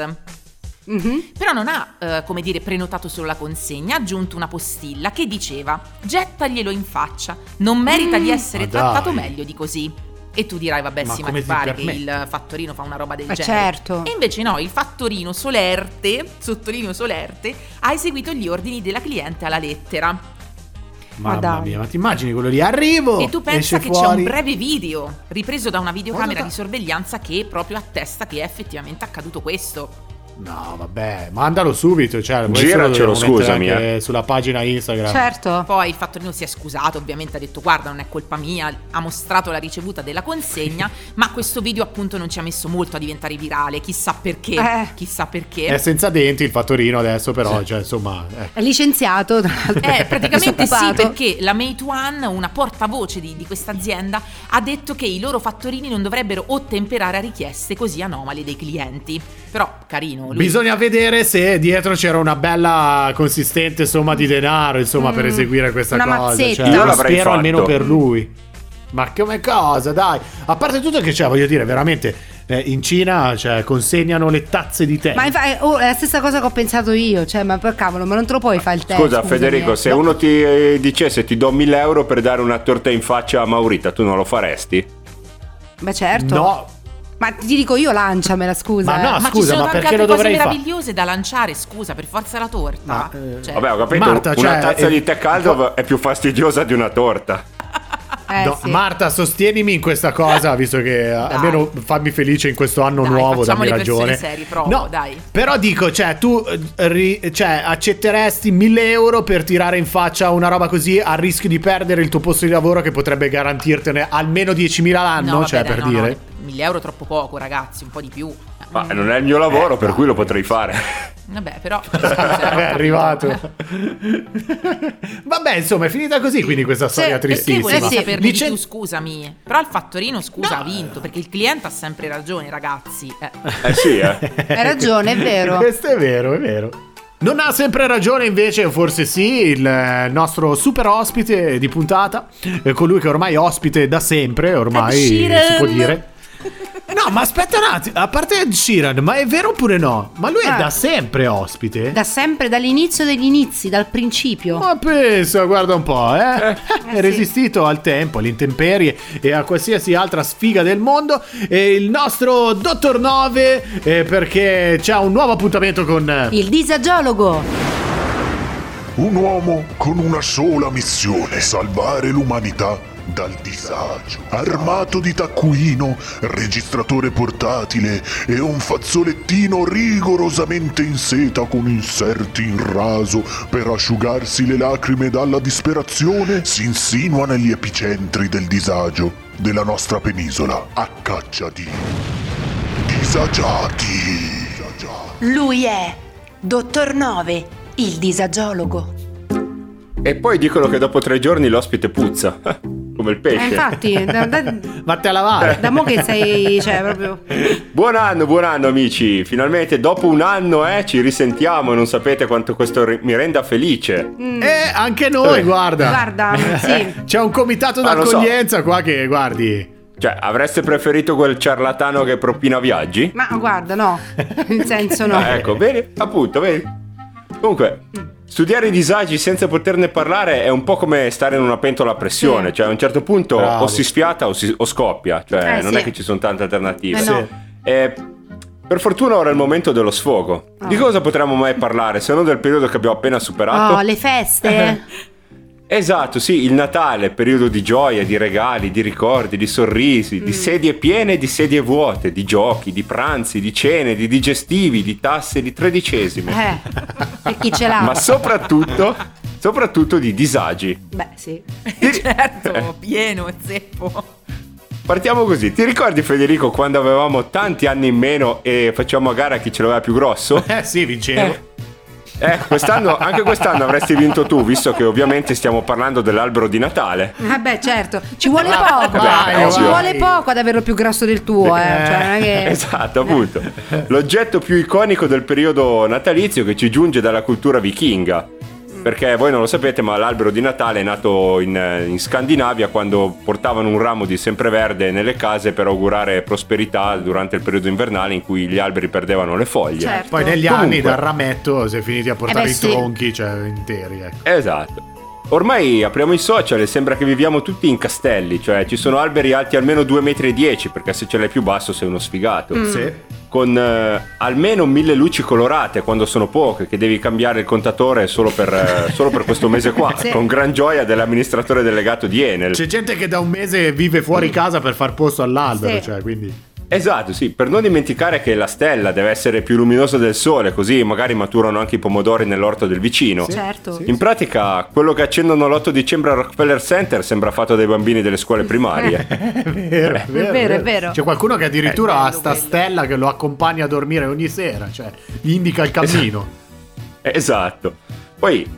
[SPEAKER 3] Mhm.
[SPEAKER 2] Però non ha, eh, come dire, prenotato solo la consegna, ha aggiunto una postilla che diceva gettaglielo in faccia, non merita
[SPEAKER 3] Mm.
[SPEAKER 2] di essere
[SPEAKER 1] Ma
[SPEAKER 2] trattato
[SPEAKER 1] dai.
[SPEAKER 2] meglio di così. E tu dirai, vabbè,
[SPEAKER 1] Ma
[SPEAKER 2] sì, ma
[SPEAKER 1] come
[SPEAKER 2] ti
[SPEAKER 1] ti
[SPEAKER 2] pare che
[SPEAKER 1] permetti?
[SPEAKER 2] il fattorino fa una roba del
[SPEAKER 3] Ma
[SPEAKER 2] genere?
[SPEAKER 3] certo.
[SPEAKER 2] E invece no, il fattorino solerte, sottolineo solerte, ha eseguito gli ordini della cliente alla lettera.
[SPEAKER 1] Mamma
[SPEAKER 3] dai.
[SPEAKER 1] mia, ma ti immagini quello lì? Arrivo!
[SPEAKER 2] e tu pensa
[SPEAKER 1] esce
[SPEAKER 2] che c'è
[SPEAKER 1] fuori.
[SPEAKER 2] un breve video ripreso da una videocamera
[SPEAKER 1] Guarda-
[SPEAKER 2] di sorveglianza che proprio attesta che è effettivamente accaduto questo.
[SPEAKER 1] No, vabbè, mandalo subito. Cioè, questo
[SPEAKER 4] Giracelo,
[SPEAKER 1] lo dobbiamo mettere
[SPEAKER 4] scusami, eh.
[SPEAKER 1] anche Sulla pagina Instagram.
[SPEAKER 3] Certo.
[SPEAKER 2] Poi il fattorino si è scusato, ovviamente ha detto guarda non è colpa mia, ha mostrato la ricevuta della consegna, ma questo video appunto non ci ha messo molto a diventare virale, chissà perché,
[SPEAKER 3] Eh.
[SPEAKER 2] chissà perché.
[SPEAKER 1] È senza denti il fattorino adesso, però, cioè, insomma. eh.
[SPEAKER 3] È licenziato, tra l'altro.
[SPEAKER 2] Eh, praticamente
[SPEAKER 1] Esatto.
[SPEAKER 2] sì,
[SPEAKER 3] Disoccupato.
[SPEAKER 2] perché la Meituan, una portavoce di, di questa azienda, ha detto che i loro fattorini non dovrebbero ottemperare a richieste così anomale dei clienti. Però, carino, lui
[SPEAKER 1] Bisogna vedere se dietro c'era una bella consistente somma di denaro, insomma, per eseguire questa
[SPEAKER 3] Mm. una
[SPEAKER 1] cosa.
[SPEAKER 3] mazzetta.
[SPEAKER 1] Cioè,
[SPEAKER 4] Io
[SPEAKER 1] lo
[SPEAKER 4] l'avrei
[SPEAKER 1] spero
[SPEAKER 4] fatto.
[SPEAKER 1] almeno per lui. Ma come cosa, dai. A parte tutto che, cioè, voglio dire, veramente, eh, in Cina cioè, consegnano le tazze di tè.
[SPEAKER 3] Ma infa- oh, è la stessa cosa che ho pensato io, cioè, ma per cavolo, ma non te lo puoi fare il tè.
[SPEAKER 4] Scusa
[SPEAKER 3] scusami.
[SPEAKER 4] Federico, se
[SPEAKER 3] No.
[SPEAKER 4] uno ti eh, dicesse ti do 1000 euro per dare una torta in faccia a Maurita, tu non lo faresti?
[SPEAKER 3] Ma certo.
[SPEAKER 1] No,
[SPEAKER 3] Ma ti dico io lanciamela, scusa.
[SPEAKER 1] Ma no,
[SPEAKER 3] eh.
[SPEAKER 1] scusa,
[SPEAKER 2] ma ci sono
[SPEAKER 1] ma
[SPEAKER 2] anche
[SPEAKER 1] perché lo
[SPEAKER 2] altre cose
[SPEAKER 1] dovrei fa-
[SPEAKER 2] meravigliose da lanciare, scusa, per forza la torta.
[SPEAKER 1] Ma, eh,
[SPEAKER 2] Cioè,
[SPEAKER 4] Vabbè, ho capito,
[SPEAKER 1] Marta,
[SPEAKER 4] una
[SPEAKER 1] cioè,
[SPEAKER 4] tazza
[SPEAKER 1] eh,
[SPEAKER 4] di tè caldo è più fastidiosa di una torta.
[SPEAKER 3] Eh,
[SPEAKER 1] no,
[SPEAKER 3] sì.
[SPEAKER 1] Marta, sostienimi in questa cosa, visto che eh, almeno fammi felice in questo anno
[SPEAKER 2] Dai,
[SPEAKER 1] nuovo,
[SPEAKER 2] facciamo
[SPEAKER 1] dammi
[SPEAKER 2] le persone
[SPEAKER 1] ragione.
[SPEAKER 2] serie, provo,
[SPEAKER 1] no,
[SPEAKER 2] dai.
[SPEAKER 1] Però dico, cioè, tu eh, ri- cioè, accetteresti 1000 euro per tirare in faccia una roba così a rischio di perdere il tuo posto di lavoro che potrebbe garantirtene almeno 10.000 l'anno,
[SPEAKER 2] vabbè,
[SPEAKER 1] cioè
[SPEAKER 2] dai,
[SPEAKER 1] per
[SPEAKER 2] no, no,
[SPEAKER 1] dire.
[SPEAKER 2] 1000 euro troppo poco, ragazzi, un po' di più.
[SPEAKER 4] Ma
[SPEAKER 3] Mm.
[SPEAKER 4] non è il mio lavoro,
[SPEAKER 3] Eh,
[SPEAKER 4] per cui lo potrei fare.
[SPEAKER 2] Vabbè, però
[SPEAKER 1] è arrivato. Vabbè, insomma, è finita così quindi questa storia
[SPEAKER 2] Perché
[SPEAKER 1] tristissima.
[SPEAKER 2] volevi
[SPEAKER 3] Sì, sì.
[SPEAKER 2] saperne di
[SPEAKER 1] Licen-
[SPEAKER 2] più, scusami. Però il fattorino, scusa, ha vinto, perché il cliente ha sempre ragione, ragazzi. Eh.
[SPEAKER 4] Eh sì, eh.
[SPEAKER 3] Hai ragione, è vero.
[SPEAKER 1] Questo è vero, è vero. Non ha sempre ragione invece, o forse sì, il eh, nostro super ospite di puntata, eh, colui che ormai è ospite da sempre,
[SPEAKER 2] Ed
[SPEAKER 1] ormai
[SPEAKER 2] Sheeran.
[SPEAKER 1] si può dire. No, ma aspetta un attimo, a parte Ed Sheeran, ma è vero oppure no? Ma lui è
[SPEAKER 3] Eh.
[SPEAKER 1] da sempre ospite?
[SPEAKER 3] Da sempre, dall'inizio degli inizi, dal principio.
[SPEAKER 1] Ma pensa, guarda un po', eh. È
[SPEAKER 3] sì.
[SPEAKER 1] resistito al tempo, alle intemperie e a qualsiasi altra sfiga del mondo. E il nostro Dottor 9, eh, perché c'ha un nuovo appuntamento con...
[SPEAKER 3] Il disagiologo.
[SPEAKER 8] Un uomo con una sola missione, salvare l'umanità dal disagio. Armato di taccuino, registratore portatile e un fazzolettino rigorosamente in seta con inserti in raso per asciugarsi le lacrime dalla disperazione, si insinua negli epicentri del disagio della nostra penisola a caccia di disagiati.
[SPEAKER 3] Lui è Dottor 9, il disagiologo.
[SPEAKER 4] E poi dicono che dopo tre giorni l'ospite puzza. Come il
[SPEAKER 3] Eh,
[SPEAKER 4] pesce.
[SPEAKER 3] infatti, da, da-
[SPEAKER 1] Vattene a lavare.
[SPEAKER 3] da mo che sei, cioè, proprio...
[SPEAKER 4] Buon anno, buon anno amici. Finalmente dopo un anno eh, ci risentiamo. Non sapete quanto questo ri- mi renda felice.
[SPEAKER 3] Mm.
[SPEAKER 1] Eh, anche noi,
[SPEAKER 4] Eh.
[SPEAKER 1] guarda.
[SPEAKER 3] Guarda, sì.
[SPEAKER 1] C'è un comitato
[SPEAKER 4] Ah, lo so.
[SPEAKER 1] d'accoglienza qua che, guardi...
[SPEAKER 4] Cioè, avreste preferito quel ciarlatano che propina viaggi?
[SPEAKER 3] Ma guarda, no, nel senso no. Mm.
[SPEAKER 4] Ah, ecco, bene, appunto, vedi. Comunque, studiare i disagi senza poterne parlare è un po' come stare in una pentola a pressione.
[SPEAKER 3] Sì.
[SPEAKER 4] Cioè, a un certo punto
[SPEAKER 1] Bravo.
[SPEAKER 4] o si sfiata o, si- o scoppia. Cioè,
[SPEAKER 3] Eh,
[SPEAKER 4] non
[SPEAKER 3] sì.
[SPEAKER 4] è che ci sono tante alternative.
[SPEAKER 3] Eh, no.
[SPEAKER 4] Eh, per fortuna ora è il momento dello sfogo. Di
[SPEAKER 3] Ah.
[SPEAKER 4] cosa potremmo mai parlare se non del periodo che abbiamo appena superato?
[SPEAKER 3] Oh, le feste.
[SPEAKER 4] Esatto, sì, il Natale, periodo di gioia, di regali, di ricordi, di sorrisi,
[SPEAKER 3] Mm.
[SPEAKER 4] di sedie piene e di sedie vuote, di giochi, di pranzi, di cene, di digestivi, di tasse, di tredicesime.
[SPEAKER 3] Eh, per chi ce l'ha.
[SPEAKER 4] Ma soprattutto, soprattutto di disagi.
[SPEAKER 3] Beh, sì.
[SPEAKER 2] certo, pieno e zeppo.
[SPEAKER 4] Partiamo così, ti ricordi Federico quando avevamo tanti anni in meno e facciamo a gara chi ce l'aveva più grosso?
[SPEAKER 1] Eh sì, vincevo.
[SPEAKER 4] Eh, quest'anno, anche quest'anno avresti vinto tu, visto che ovviamente stiamo parlando dell'albero di Natale.
[SPEAKER 3] Vabbè, certo, ci vuole
[SPEAKER 4] Ah,
[SPEAKER 3] poco.
[SPEAKER 1] vai,
[SPEAKER 3] ci
[SPEAKER 1] vai.
[SPEAKER 3] vuole poco ad averlo più grosso del tuo, eh. Cioè, non è che...
[SPEAKER 4] Esatto, appunto. L'oggetto più iconico del periodo natalizio che ci giunge dalla cultura vichinga. Perché voi non lo sapete, ma l'albero di Natale è nato in, eh, in Scandinavia quando portavano un ramo di sempreverde nelle case per augurare prosperità durante il periodo invernale in cui gli alberi perdevano le foglie.
[SPEAKER 3] Certo.
[SPEAKER 1] Poi negli anni
[SPEAKER 4] Comunque.
[SPEAKER 1] dal rametto si è finiti a portare
[SPEAKER 3] Eh beh,
[SPEAKER 1] i
[SPEAKER 3] sì.
[SPEAKER 1] tronchi, cioè interi, ecco.
[SPEAKER 4] Esatto. Ormai apriamo i social e sembra che viviamo tutti in castelli, cioè ci sono alberi alti almeno 2,10 metri, perché se ce l'hai più basso sei uno sfigato.
[SPEAKER 3] Mm.
[SPEAKER 1] Sì.
[SPEAKER 4] con eh, almeno mille luci colorate quando sono poche, che devi cambiare il contatore solo per, eh, solo per questo mese qua,
[SPEAKER 3] Sì.
[SPEAKER 4] con gran gioia dell'amministratore delegato di Enel.
[SPEAKER 1] C'è gente che da un mese vive fuori casa per far posto all'albero,
[SPEAKER 3] Sì.
[SPEAKER 1] cioè, quindi...
[SPEAKER 4] Esatto, sì, per non dimenticare che la stella deve essere più luminosa del sole, così magari maturano anche i pomodori nell'orto del vicino.
[SPEAKER 3] Certo.
[SPEAKER 4] In pratica, quello che accendono l'8 dicembre al Rockefeller Center sembra fatto dai bambini delle scuole primarie.
[SPEAKER 1] È vero, è Eh. vero,
[SPEAKER 3] vero, è vero.
[SPEAKER 1] C'è qualcuno che addirittura ha
[SPEAKER 2] bello
[SPEAKER 1] sta
[SPEAKER 2] quello.
[SPEAKER 1] stella che lo accompagna a dormire ogni sera, cioè gli indica il cammino.
[SPEAKER 4] esatto. Poi,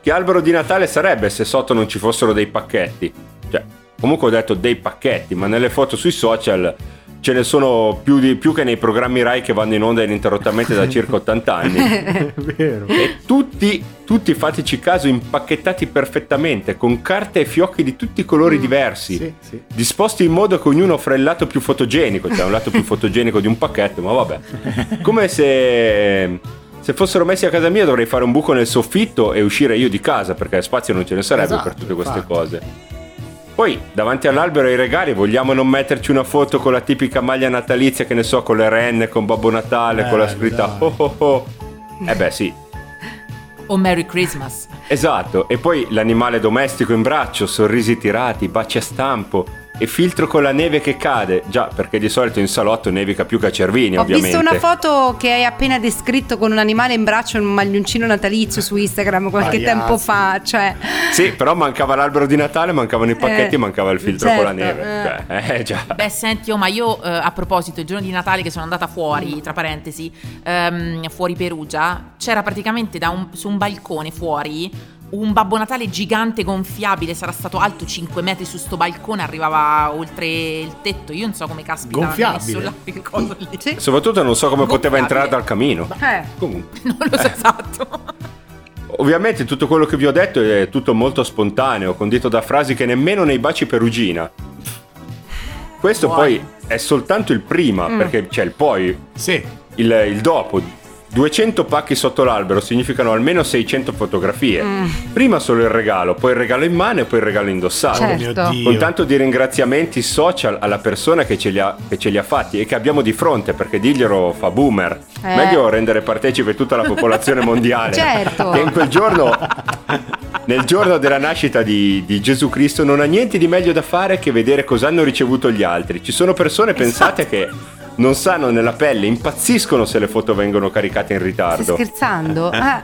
[SPEAKER 4] che albero di Natale sarebbe se sotto non ci fossero dei pacchetti? Cioè, comunque ho detto dei pacchetti, ma nelle foto sui social ce ne sono più, di, più che nei programmi Rai che vanno in onda ininterrottamente da circa 80 anni.
[SPEAKER 1] È vero.
[SPEAKER 4] E tutti, tutti, fateci caso, impacchettati perfettamente, con carte e fiocchi di tutti i colori diversi,
[SPEAKER 1] Sì, sì.
[SPEAKER 4] disposti in modo che ognuno offra il lato più fotogenico, cioè un lato più fotogenico di un pacchetto, ma vabbè. Come se, se fossero messi a casa mia dovrei fare un buco nel soffitto e uscire io di casa, perché spazio non ce ne sarebbe
[SPEAKER 1] Esatto,
[SPEAKER 4] per tutte queste
[SPEAKER 1] infatti.
[SPEAKER 4] cose. Poi, davanti all'albero e ai regali, vogliamo non metterci una foto con la tipica maglia natalizia, che ne so, con le renne, con Babbo Natale, con la
[SPEAKER 1] Bello,
[SPEAKER 4] scritta
[SPEAKER 1] Eh, dai.
[SPEAKER 4] oh oh oh. Eh beh sì,
[SPEAKER 1] Oh,
[SPEAKER 2] O Merry Christmas.
[SPEAKER 4] Esatto, e poi l'animale domestico in braccio, sorrisi tirati, baci a stampo e filtro con la neve che cade. Già, perché di solito in salotto nevica più che a Cervini,
[SPEAKER 3] Ho
[SPEAKER 4] ovviamente.
[SPEAKER 3] visto una foto che hai appena descritto con un animale in braccio e un maglioncino natalizio su Instagram qualche
[SPEAKER 1] Pagliazzi.
[SPEAKER 3] tempo fa, cioè...
[SPEAKER 4] Sì, però mancava l'albero di Natale, mancavano i pacchetti,
[SPEAKER 3] Eh,
[SPEAKER 4] mancava il filtro con la
[SPEAKER 3] certo,
[SPEAKER 4] neve.
[SPEAKER 3] eh.
[SPEAKER 4] Cioè, eh già.
[SPEAKER 2] Beh, senti, oh, ma io eh, a proposito, il giorno di Natale che sono andata fuori, tra parentesi, ehm, fuori Perugia, c'era praticamente da un- su un balcone fuori un Babbo Natale gigante gonfiabile, sarà stato alto 5 metri su sto balcone, arrivava oltre il tetto, io non so come caspita hanno messo
[SPEAKER 1] Gonfiabile?
[SPEAKER 2] là quel coso lì.
[SPEAKER 3] Sì.
[SPEAKER 4] Soprattutto non so come poteva
[SPEAKER 2] Gonfiabile.
[SPEAKER 4] entrare dal camino.
[SPEAKER 3] Eh.
[SPEAKER 4] Comunque.
[SPEAKER 2] Non lo so esatto.
[SPEAKER 4] Ovviamente tutto quello che vi ho detto è tutto molto spontaneo, condito da frasi che nemmeno nei baci perugina. Questo
[SPEAKER 2] Buono.
[SPEAKER 4] poi è soltanto il prima,
[SPEAKER 3] Mm.
[SPEAKER 4] perché c'è il poi,
[SPEAKER 1] Sì.
[SPEAKER 4] il, il dopo. 200 pacchi sotto l'albero significano almeno 600 fotografie. Prima solo il regalo, poi il regalo in mano e poi il regalo indossato.
[SPEAKER 1] Oh
[SPEAKER 3] Certo.
[SPEAKER 1] mio
[SPEAKER 4] Con
[SPEAKER 1] Dio.
[SPEAKER 4] tanto di ringraziamenti social alla persona che ce, li ha, che ce li ha fatti e che abbiamo di fronte, perché dirglielo fa boomer.
[SPEAKER 3] Eh.
[SPEAKER 4] Meglio rendere partecipe tutta la popolazione mondiale.
[SPEAKER 3] Certo.
[SPEAKER 4] Che in quel giorno, nel giorno della nascita di, di Gesù Cristo, non ha niente di meglio da fare che vedere cosa hanno ricevuto gli altri. Ci sono persone, pensate,
[SPEAKER 3] Esatto.
[SPEAKER 4] che non sanno nella pelle, impazziscono se le foto vengono caricate in
[SPEAKER 3] Stai
[SPEAKER 4] ritardo.
[SPEAKER 3] scherzando? Ah,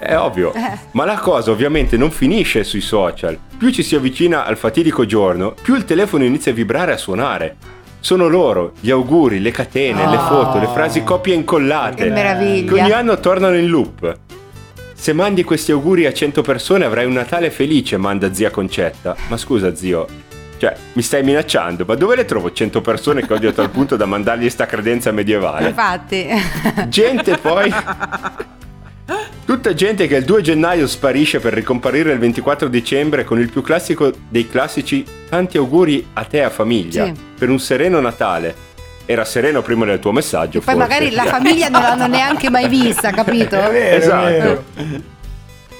[SPEAKER 4] È ovvio.
[SPEAKER 3] Eh.
[SPEAKER 4] Ma la cosa ovviamente non finisce sui social. Più ci si avvicina al fatidico giorno, più il telefono inizia a vibrare e a suonare. Sono loro, gli auguri, le catene, le foto, le frasi copia e incollate.
[SPEAKER 3] Ah. che meraviglia.
[SPEAKER 4] Che ogni anno tornano in loop. Se mandi questi auguri a 100 persone avrai un Natale felice, manda zia Concetta. Ma scusa zio, cioè, mi stai minacciando, ma dove le trovo 100 persone che odio a tal punto da mandargli sta credenza medievale?
[SPEAKER 3] Infatti,
[SPEAKER 4] gente poi tutta gente che il 2 gennaio sparisce per ricomparire il 24 dicembre con il più classico dei classici tanti auguri a te e a famiglia
[SPEAKER 3] Sì.
[SPEAKER 4] per un sereno Natale era sereno prima del tuo messaggio
[SPEAKER 3] poi
[SPEAKER 4] forse.
[SPEAKER 3] magari la famiglia non l'hanno neanche mai vista, capito?
[SPEAKER 4] esatto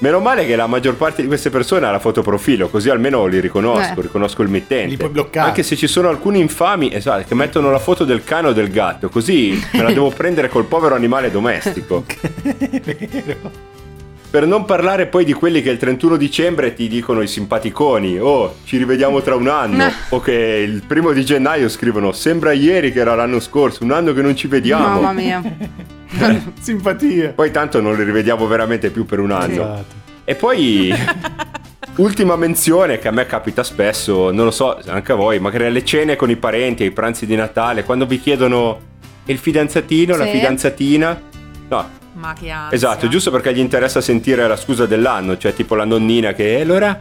[SPEAKER 4] Meno male che la maggior parte di queste persone ha la foto profilo, così almeno li riconosco,
[SPEAKER 3] Eh.
[SPEAKER 4] riconosco il mittente.
[SPEAKER 1] Li puoi bloccare.
[SPEAKER 4] Anche se ci sono alcuni infami, esatto, che mettono la foto del cane o del gatto, così me la devo prendere col povero animale domestico. Per non parlare poi di quelli che il 31 dicembre ti dicono i simpaticoni, oh ci rivediamo tra un anno,
[SPEAKER 3] Eh.
[SPEAKER 4] o che il primo di gennaio scrivono sembra ieri che era l'anno scorso, un anno che non ci vediamo.
[SPEAKER 3] Mamma mia.
[SPEAKER 1] Simpatia.
[SPEAKER 4] Poi tanto non li rivediamo veramente più per un anno.
[SPEAKER 1] Esatto.
[SPEAKER 4] E poi ultima menzione che a me capita spesso, non lo so, anche a voi, magari alle cene con i parenti, ai pranzi di Natale, quando vi chiedono "E il fidanzatino, la
[SPEAKER 3] Sì.
[SPEAKER 4] fidanzatina. No,
[SPEAKER 2] Ma che ansia.
[SPEAKER 4] esatto, giusto perché gli interessa sentire la scusa dell'anno, cioè tipo la nonnina che "E allora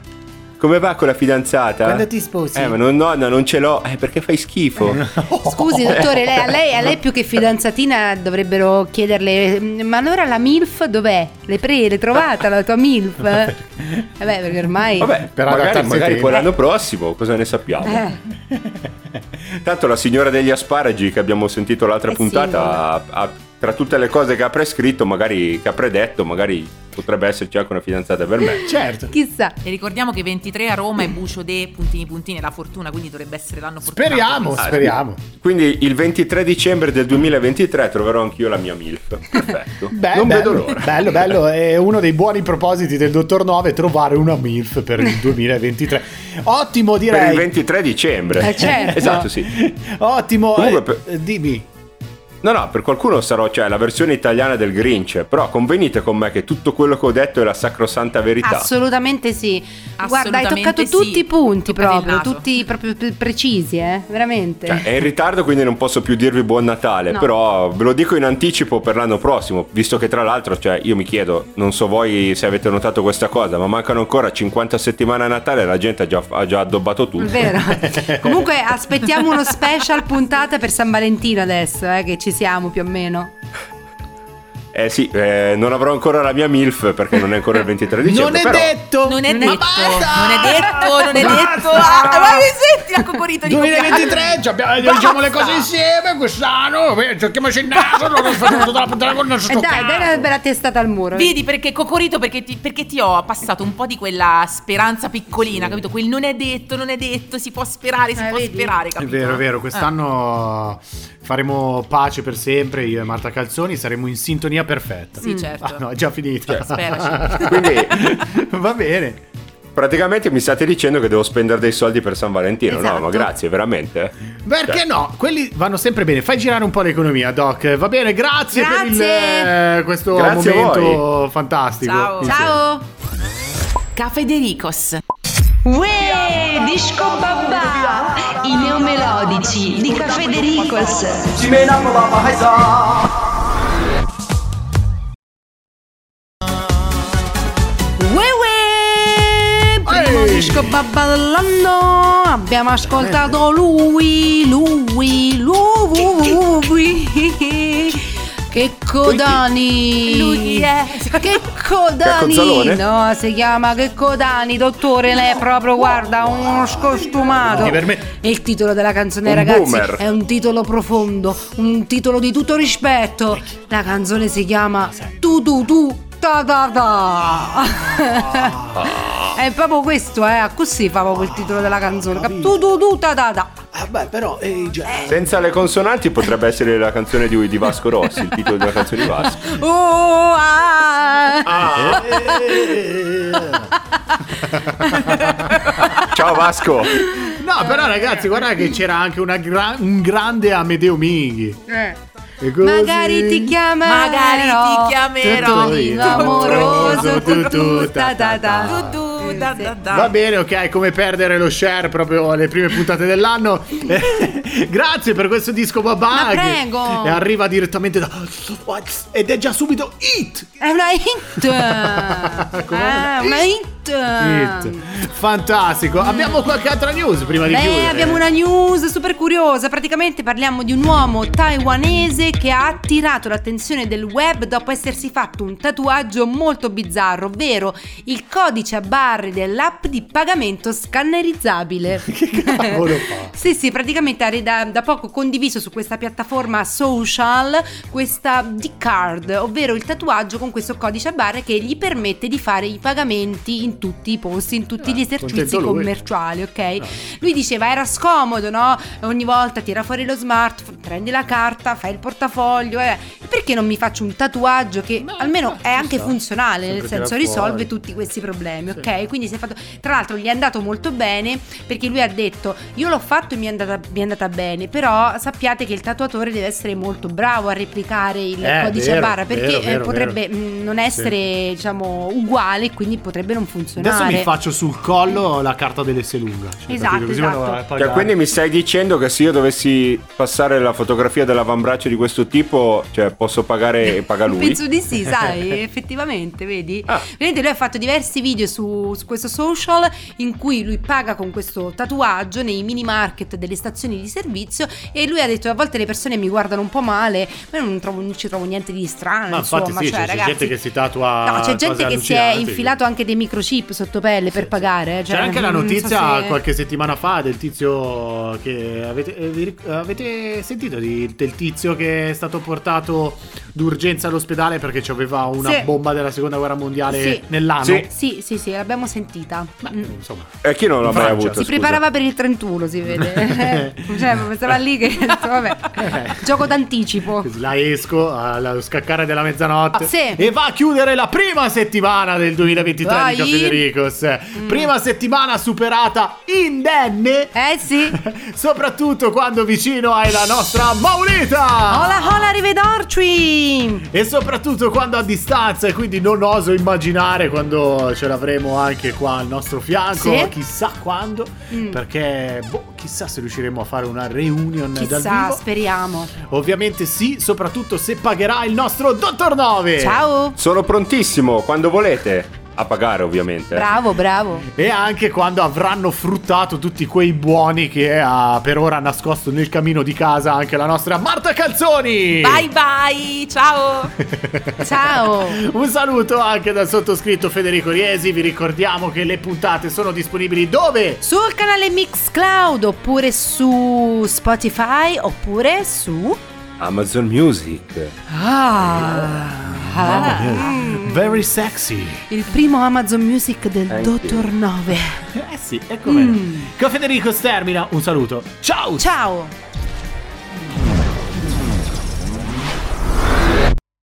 [SPEAKER 4] come va con la fidanzata?
[SPEAKER 1] Quando ti sposi? Eh.
[SPEAKER 4] Eh, ma non, nonna, non ce l'ho, eh, perché fai schifo.
[SPEAKER 1] Esatto.
[SPEAKER 3] Scusi, dottore, lei, a, lei, a lei più che fidanzatina dovrebbero chiederle: "Mm, Ma allora la MILF dov'è? Le pre, l'hai trovata la tua MILF? Vabbè, perché ormai.
[SPEAKER 4] Vabbè,
[SPEAKER 1] Per adattarsi
[SPEAKER 4] magari,
[SPEAKER 1] ai
[SPEAKER 4] magari
[SPEAKER 1] tempi.
[SPEAKER 4] poi l'anno prossimo, cosa ne sappiamo?
[SPEAKER 3] Eh,
[SPEAKER 4] Tanto la signora degli asparagi che abbiamo sentito l'altra
[SPEAKER 3] Eh sì,
[SPEAKER 4] puntata,
[SPEAKER 3] vabbè.
[SPEAKER 4] ha- ha- tra tutte le cose che ha prescritto, magari che ha predetto, magari potrebbe esserci anche una fidanzata per me.
[SPEAKER 1] Certo.
[SPEAKER 3] chissà.
[SPEAKER 2] E ricordiamo che 23 a Roma è Bucio De, puntini puntini, la fortuna, quindi dovrebbe essere l'anno fortunato.
[SPEAKER 1] Speriamo,
[SPEAKER 4] Ah,
[SPEAKER 1] speriamo.
[SPEAKER 4] Quindi il 23 dicembre del 2023 troverò anch'io la mia MILF. Perfetto.
[SPEAKER 1] Beh,
[SPEAKER 4] non
[SPEAKER 1] bello,
[SPEAKER 4] vedo l'ora.
[SPEAKER 1] Bello, bello. È uno dei buoni propositi del dottor Nove trovare una MILF per il 2023. Ottimo, direi.
[SPEAKER 4] Per il 23 dicembre.
[SPEAKER 3] Eh, certo.
[SPEAKER 4] Esatto, sì.
[SPEAKER 1] Ottimo.
[SPEAKER 4] Comunque,
[SPEAKER 1] eh,
[SPEAKER 4] per-
[SPEAKER 1] dimmi.
[SPEAKER 4] No, no, per qualcuno sarò, cioè, la versione italiana del Grinch, però convenite con me che tutto quello che ho detto è la sacrosanta verità.
[SPEAKER 3] Assolutamente sì. Guarda, hai
[SPEAKER 2] Assolutamente
[SPEAKER 3] toccato
[SPEAKER 2] sì.
[SPEAKER 3] tutti i punti
[SPEAKER 2] Toccati il
[SPEAKER 3] proprio,
[SPEAKER 2] naso.
[SPEAKER 3] tutti proprio pre- precisi, eh? Veramente.
[SPEAKER 4] Cioè, è in ritardo, quindi non posso più dirvi buon Natale.
[SPEAKER 3] No.
[SPEAKER 4] Però ve lo dico in anticipo per l'anno prossimo, visto che tra l'altro, cioè, io mi chiedo, non so voi se avete notato questa cosa, ma mancano ancora 50 settimane a Natale e la gente ha già, ha già addobbato tutto.
[SPEAKER 3] Vero. Comunque aspettiamo uno special puntata per San Valentino adesso, eh, che ci siamo più o meno.
[SPEAKER 4] Eh sì, eh, non avrò ancora la mia MILF perché non è ancora il 23 dicembre.
[SPEAKER 1] non è
[SPEAKER 4] però-
[SPEAKER 1] detto.
[SPEAKER 2] Non è
[SPEAKER 1] Ma
[SPEAKER 2] detto,
[SPEAKER 1] basta!
[SPEAKER 2] non è detto, non è
[SPEAKER 1] Basta!
[SPEAKER 2] detto. Ah, ma mi senti la cocorita di
[SPEAKER 1] 2023, ci abbiamo-
[SPEAKER 2] Basta!
[SPEAKER 1] diciamo le cose insieme quest'anno, eh, giochiamoci il naso, non ho fatto tutta la puntata
[SPEAKER 2] Eh,
[SPEAKER 1] con il naso
[SPEAKER 3] E Eh, dai, dai una bella testata al muro.
[SPEAKER 2] Vedi perché Cocorito perché ti, perché ti ho passato un po' di quella speranza piccolina, capito? Quel non è detto, non è detto, si può sperare, si
[SPEAKER 3] Eh,
[SPEAKER 2] può
[SPEAKER 3] vedi?
[SPEAKER 2] sperare,
[SPEAKER 1] È
[SPEAKER 2] capito?
[SPEAKER 1] vero, è vero, quest'anno faremo pace per sempre, io e Marta Calzoni saremo in sintonia perfetta.
[SPEAKER 2] Sì, certo.
[SPEAKER 1] Ah, no, è già finita.
[SPEAKER 2] Speraci.
[SPEAKER 4] Quindi-
[SPEAKER 1] va bene.
[SPEAKER 4] Praticamente mi state dicendo che devo spendere dei soldi per San Valentino.
[SPEAKER 3] Esatto.
[SPEAKER 4] No, ma grazie, veramente.
[SPEAKER 1] Perché
[SPEAKER 4] Cioè,
[SPEAKER 1] no? Quelli vanno sempre bene. Fai girare un po' l'economia, Doc. Va bene, grazie, per il,
[SPEAKER 3] Grazie.
[SPEAKER 1] eh, questo
[SPEAKER 4] Grazie a
[SPEAKER 1] momento fantastico.
[SPEAKER 2] Ciao.
[SPEAKER 1] Insieme.
[SPEAKER 3] Ciao.
[SPEAKER 2] Caffè De Ricos.
[SPEAKER 10] Uè, disco babà, i neomelodici di Caffè De Ricos.
[SPEAKER 3] Uè, uè, primo
[SPEAKER 1] Ehi.
[SPEAKER 3] disco babba dell'anno. Abbiamo ascoltato lui, lui, lui. Che codani!
[SPEAKER 2] Lui è.
[SPEAKER 3] Che codani!
[SPEAKER 4] Che cozzalone?
[SPEAKER 3] No, si chiama Che codani, dottore, lei è proprio, guarda, uno scostumato.
[SPEAKER 1] Mi permette-
[SPEAKER 3] E il titolo della canzone,
[SPEAKER 4] Un
[SPEAKER 3] ragazzi,
[SPEAKER 4] boomer.
[SPEAKER 3] è un titolo profondo, un titolo di tutto rispetto. La canzone si chiama Tu tu tu ta ta ta. È proprio questo, eh, così fa proprio il titolo della canzone. Tu tu tu ta ta ta.
[SPEAKER 1] Ah, beh, però, eh, già.
[SPEAKER 4] Senza le consonanti potrebbe essere la canzone di, di Vasco Rossi, il titolo della canzone di Vasco.
[SPEAKER 3] Oh, ah.
[SPEAKER 4] Eh? Ciao Vasco!
[SPEAKER 1] No, però ragazzi, guarda che c'era anche una gra- un grande Amedeo Minghi.
[SPEAKER 3] Eh.
[SPEAKER 1] E così-
[SPEAKER 3] Magari ti chiamerò
[SPEAKER 2] Magari ti
[SPEAKER 1] Tutto
[SPEAKER 2] chiamerò.
[SPEAKER 1] lì.
[SPEAKER 3] Vivo amoroso tu, tu, ta, ta, ta.
[SPEAKER 2] Tu, tu, da, da, da.
[SPEAKER 1] Va bene, ok, come perdere lo share proprio alle prime puntate dell'anno. Eh, Grazie per questo disco babà.
[SPEAKER 3] Ma
[SPEAKER 1] che-
[SPEAKER 3] prego.
[SPEAKER 1] E arriva direttamente da... Ed è già subito hit!
[SPEAKER 3] È una hit Eh, Una hit
[SPEAKER 1] Hit. Fantastico. Abbiamo qualche altra news prima di
[SPEAKER 3] Ah. Beh,
[SPEAKER 1] chiudere.
[SPEAKER 3] abbiamo una news super curiosa. Praticamente parliamo di un uomo taiwanese che ha attirato l'attenzione del web dopo essersi fatto un tatuaggio molto bizzarro, ovvero il codice a barre dell'app di pagamento scannerizzabile.
[SPEAKER 1] Che cavolo fa?
[SPEAKER 3] Sì, sì, praticamente ha da, da poco condiviso su questa piattaforma social questa D-card, ovvero il tatuaggio con questo codice a barre che gli permette di fare i pagamenti in tutti i posti, in tutti gli esercizi
[SPEAKER 1] Ah, contento lui. Ah.
[SPEAKER 3] commerciali, ok? Lui diceva era scomodo, no? Ogni volta tira fuori lo smartphone, prendi la carta, fai il portafoglio, eh. perché non mi faccio un tatuaggio che almeno è anche funzionale, nel
[SPEAKER 1] Sempre tira
[SPEAKER 3] senso
[SPEAKER 1] fuori.
[SPEAKER 3] risolve tutti questi problemi, ok? Quindi si è fatto tra l'altro gli è andato molto bene perché lui ha detto io l'ho fatto e mi è andata, mi è andata bene, però sappiate che il tatuatore deve essere molto bravo a replicare il
[SPEAKER 1] Eh,
[SPEAKER 3] codice a
[SPEAKER 1] vero,
[SPEAKER 3] barra perché
[SPEAKER 1] vero,
[SPEAKER 3] eh,
[SPEAKER 1] vero,
[SPEAKER 3] potrebbe
[SPEAKER 1] vero.
[SPEAKER 3] mh, non essere diciamo uguale e quindi potrebbe non funzionare.
[SPEAKER 1] Adesso mi faccio sul collo la carta dell'S lunga. Cioè,
[SPEAKER 3] Esatto,
[SPEAKER 1] capito? Così vado a
[SPEAKER 3] esatto.
[SPEAKER 1] pagare.
[SPEAKER 4] Cioè, quindi mi stai dicendo che se io dovessi passare la fotografia dell'avambraccio di questo tipo, cioè posso pagare e paga lui?
[SPEAKER 3] Penso di sì, sai, effettivamente, vedi?
[SPEAKER 4] Ah.
[SPEAKER 3] Vedete, lui ha fatto diversi video su, su questo social in cui lui paga con questo tatuaggio nei mini market delle stazioni di servizio e lui ha detto a volte le persone mi guardano un po' male, ma io non, trovo- non ci trovo niente di strano,
[SPEAKER 1] Ma
[SPEAKER 3] insomma,
[SPEAKER 1] infatti sì,
[SPEAKER 3] cioè,
[SPEAKER 1] c'è, c'è
[SPEAKER 3] ragazzi,
[SPEAKER 1] gente che si tatua
[SPEAKER 3] No, c'è gente
[SPEAKER 1] cose
[SPEAKER 3] che si è
[SPEAKER 1] allucinanti.
[SPEAKER 3] infilato anche dei microchip sotto pelle per pagare. eh,
[SPEAKER 1] C'era
[SPEAKER 3] cioè,
[SPEAKER 1] anche la
[SPEAKER 3] non so
[SPEAKER 1] notizia
[SPEAKER 3] se-
[SPEAKER 1] qualche settimana fa del tizio che avete, eh, vi ric- avete sentito di- del tizio che è stato portato d'urgenza all'ospedale perché aveva una
[SPEAKER 3] Sì.
[SPEAKER 1] bomba della seconda guerra mondiale
[SPEAKER 3] Sì.
[SPEAKER 1] nell'anno.
[SPEAKER 4] Sì.
[SPEAKER 3] Sì, sì, sì, l'abbiamo sentita. Mm.
[SPEAKER 1] Insomma,
[SPEAKER 4] E chi non l'ha
[SPEAKER 1] In
[SPEAKER 4] mai
[SPEAKER 1] Francia.
[SPEAKER 4] avuto?
[SPEAKER 1] Si
[SPEAKER 3] Si
[SPEAKER 4] scusa?
[SPEAKER 3] preparava per il 31, si vede. cioè, proprio stava lì che vabbè. Gioco d'anticipo.
[SPEAKER 1] così la esco allo scaccare della mezzanotte
[SPEAKER 3] Ah, sì.
[SPEAKER 1] e va a chiudere la prima settimana del 2023
[SPEAKER 3] Vai.
[SPEAKER 1] di
[SPEAKER 3] Mm.
[SPEAKER 1] Gian Federicos. Prima settimana superata indenne.
[SPEAKER 3] Eh sì.
[SPEAKER 1] Soprattutto quando vicino hai la nostra Maulita!
[SPEAKER 3] Hola hola arrivederci.
[SPEAKER 1] E soprattutto quando a distanza, e quindi non oso immaginare quando ce l'avremo anche qua al nostro fianco,
[SPEAKER 3] Sì. Mm.
[SPEAKER 1] chissà quando, perché boh, chissà se riusciremo a fare una reunion dal
[SPEAKER 3] Chissà,
[SPEAKER 1] vivo.
[SPEAKER 3] speriamo.
[SPEAKER 1] Ovviamente sì, soprattutto se pagherà il nostro Dottor 9.
[SPEAKER 3] Ciao.
[SPEAKER 4] Sono prontissimo, quando volete. A pagare ovviamente.
[SPEAKER 3] Bravo, bravo.
[SPEAKER 1] E anche quando avranno fruttato tutti quei buoni che ha per ora nascosto nel camino di casa anche la nostra Marta Calzoni.
[SPEAKER 2] Bye bye, ciao.
[SPEAKER 3] Ciao.
[SPEAKER 1] Un saluto anche dal sottoscritto Federico Riesi, vi ricordiamo che le puntate sono disponibili dove?
[SPEAKER 3] Sul canale Mixcloud oppure su Spotify oppure su
[SPEAKER 4] Amazon Music.
[SPEAKER 3] Ah.
[SPEAKER 1] Very sexy.
[SPEAKER 3] Il primo Amazon Music del Dottor 9.
[SPEAKER 1] Eh sì, ecco come. Con Federico Stermina, un saluto. Ciao!
[SPEAKER 3] Ciao.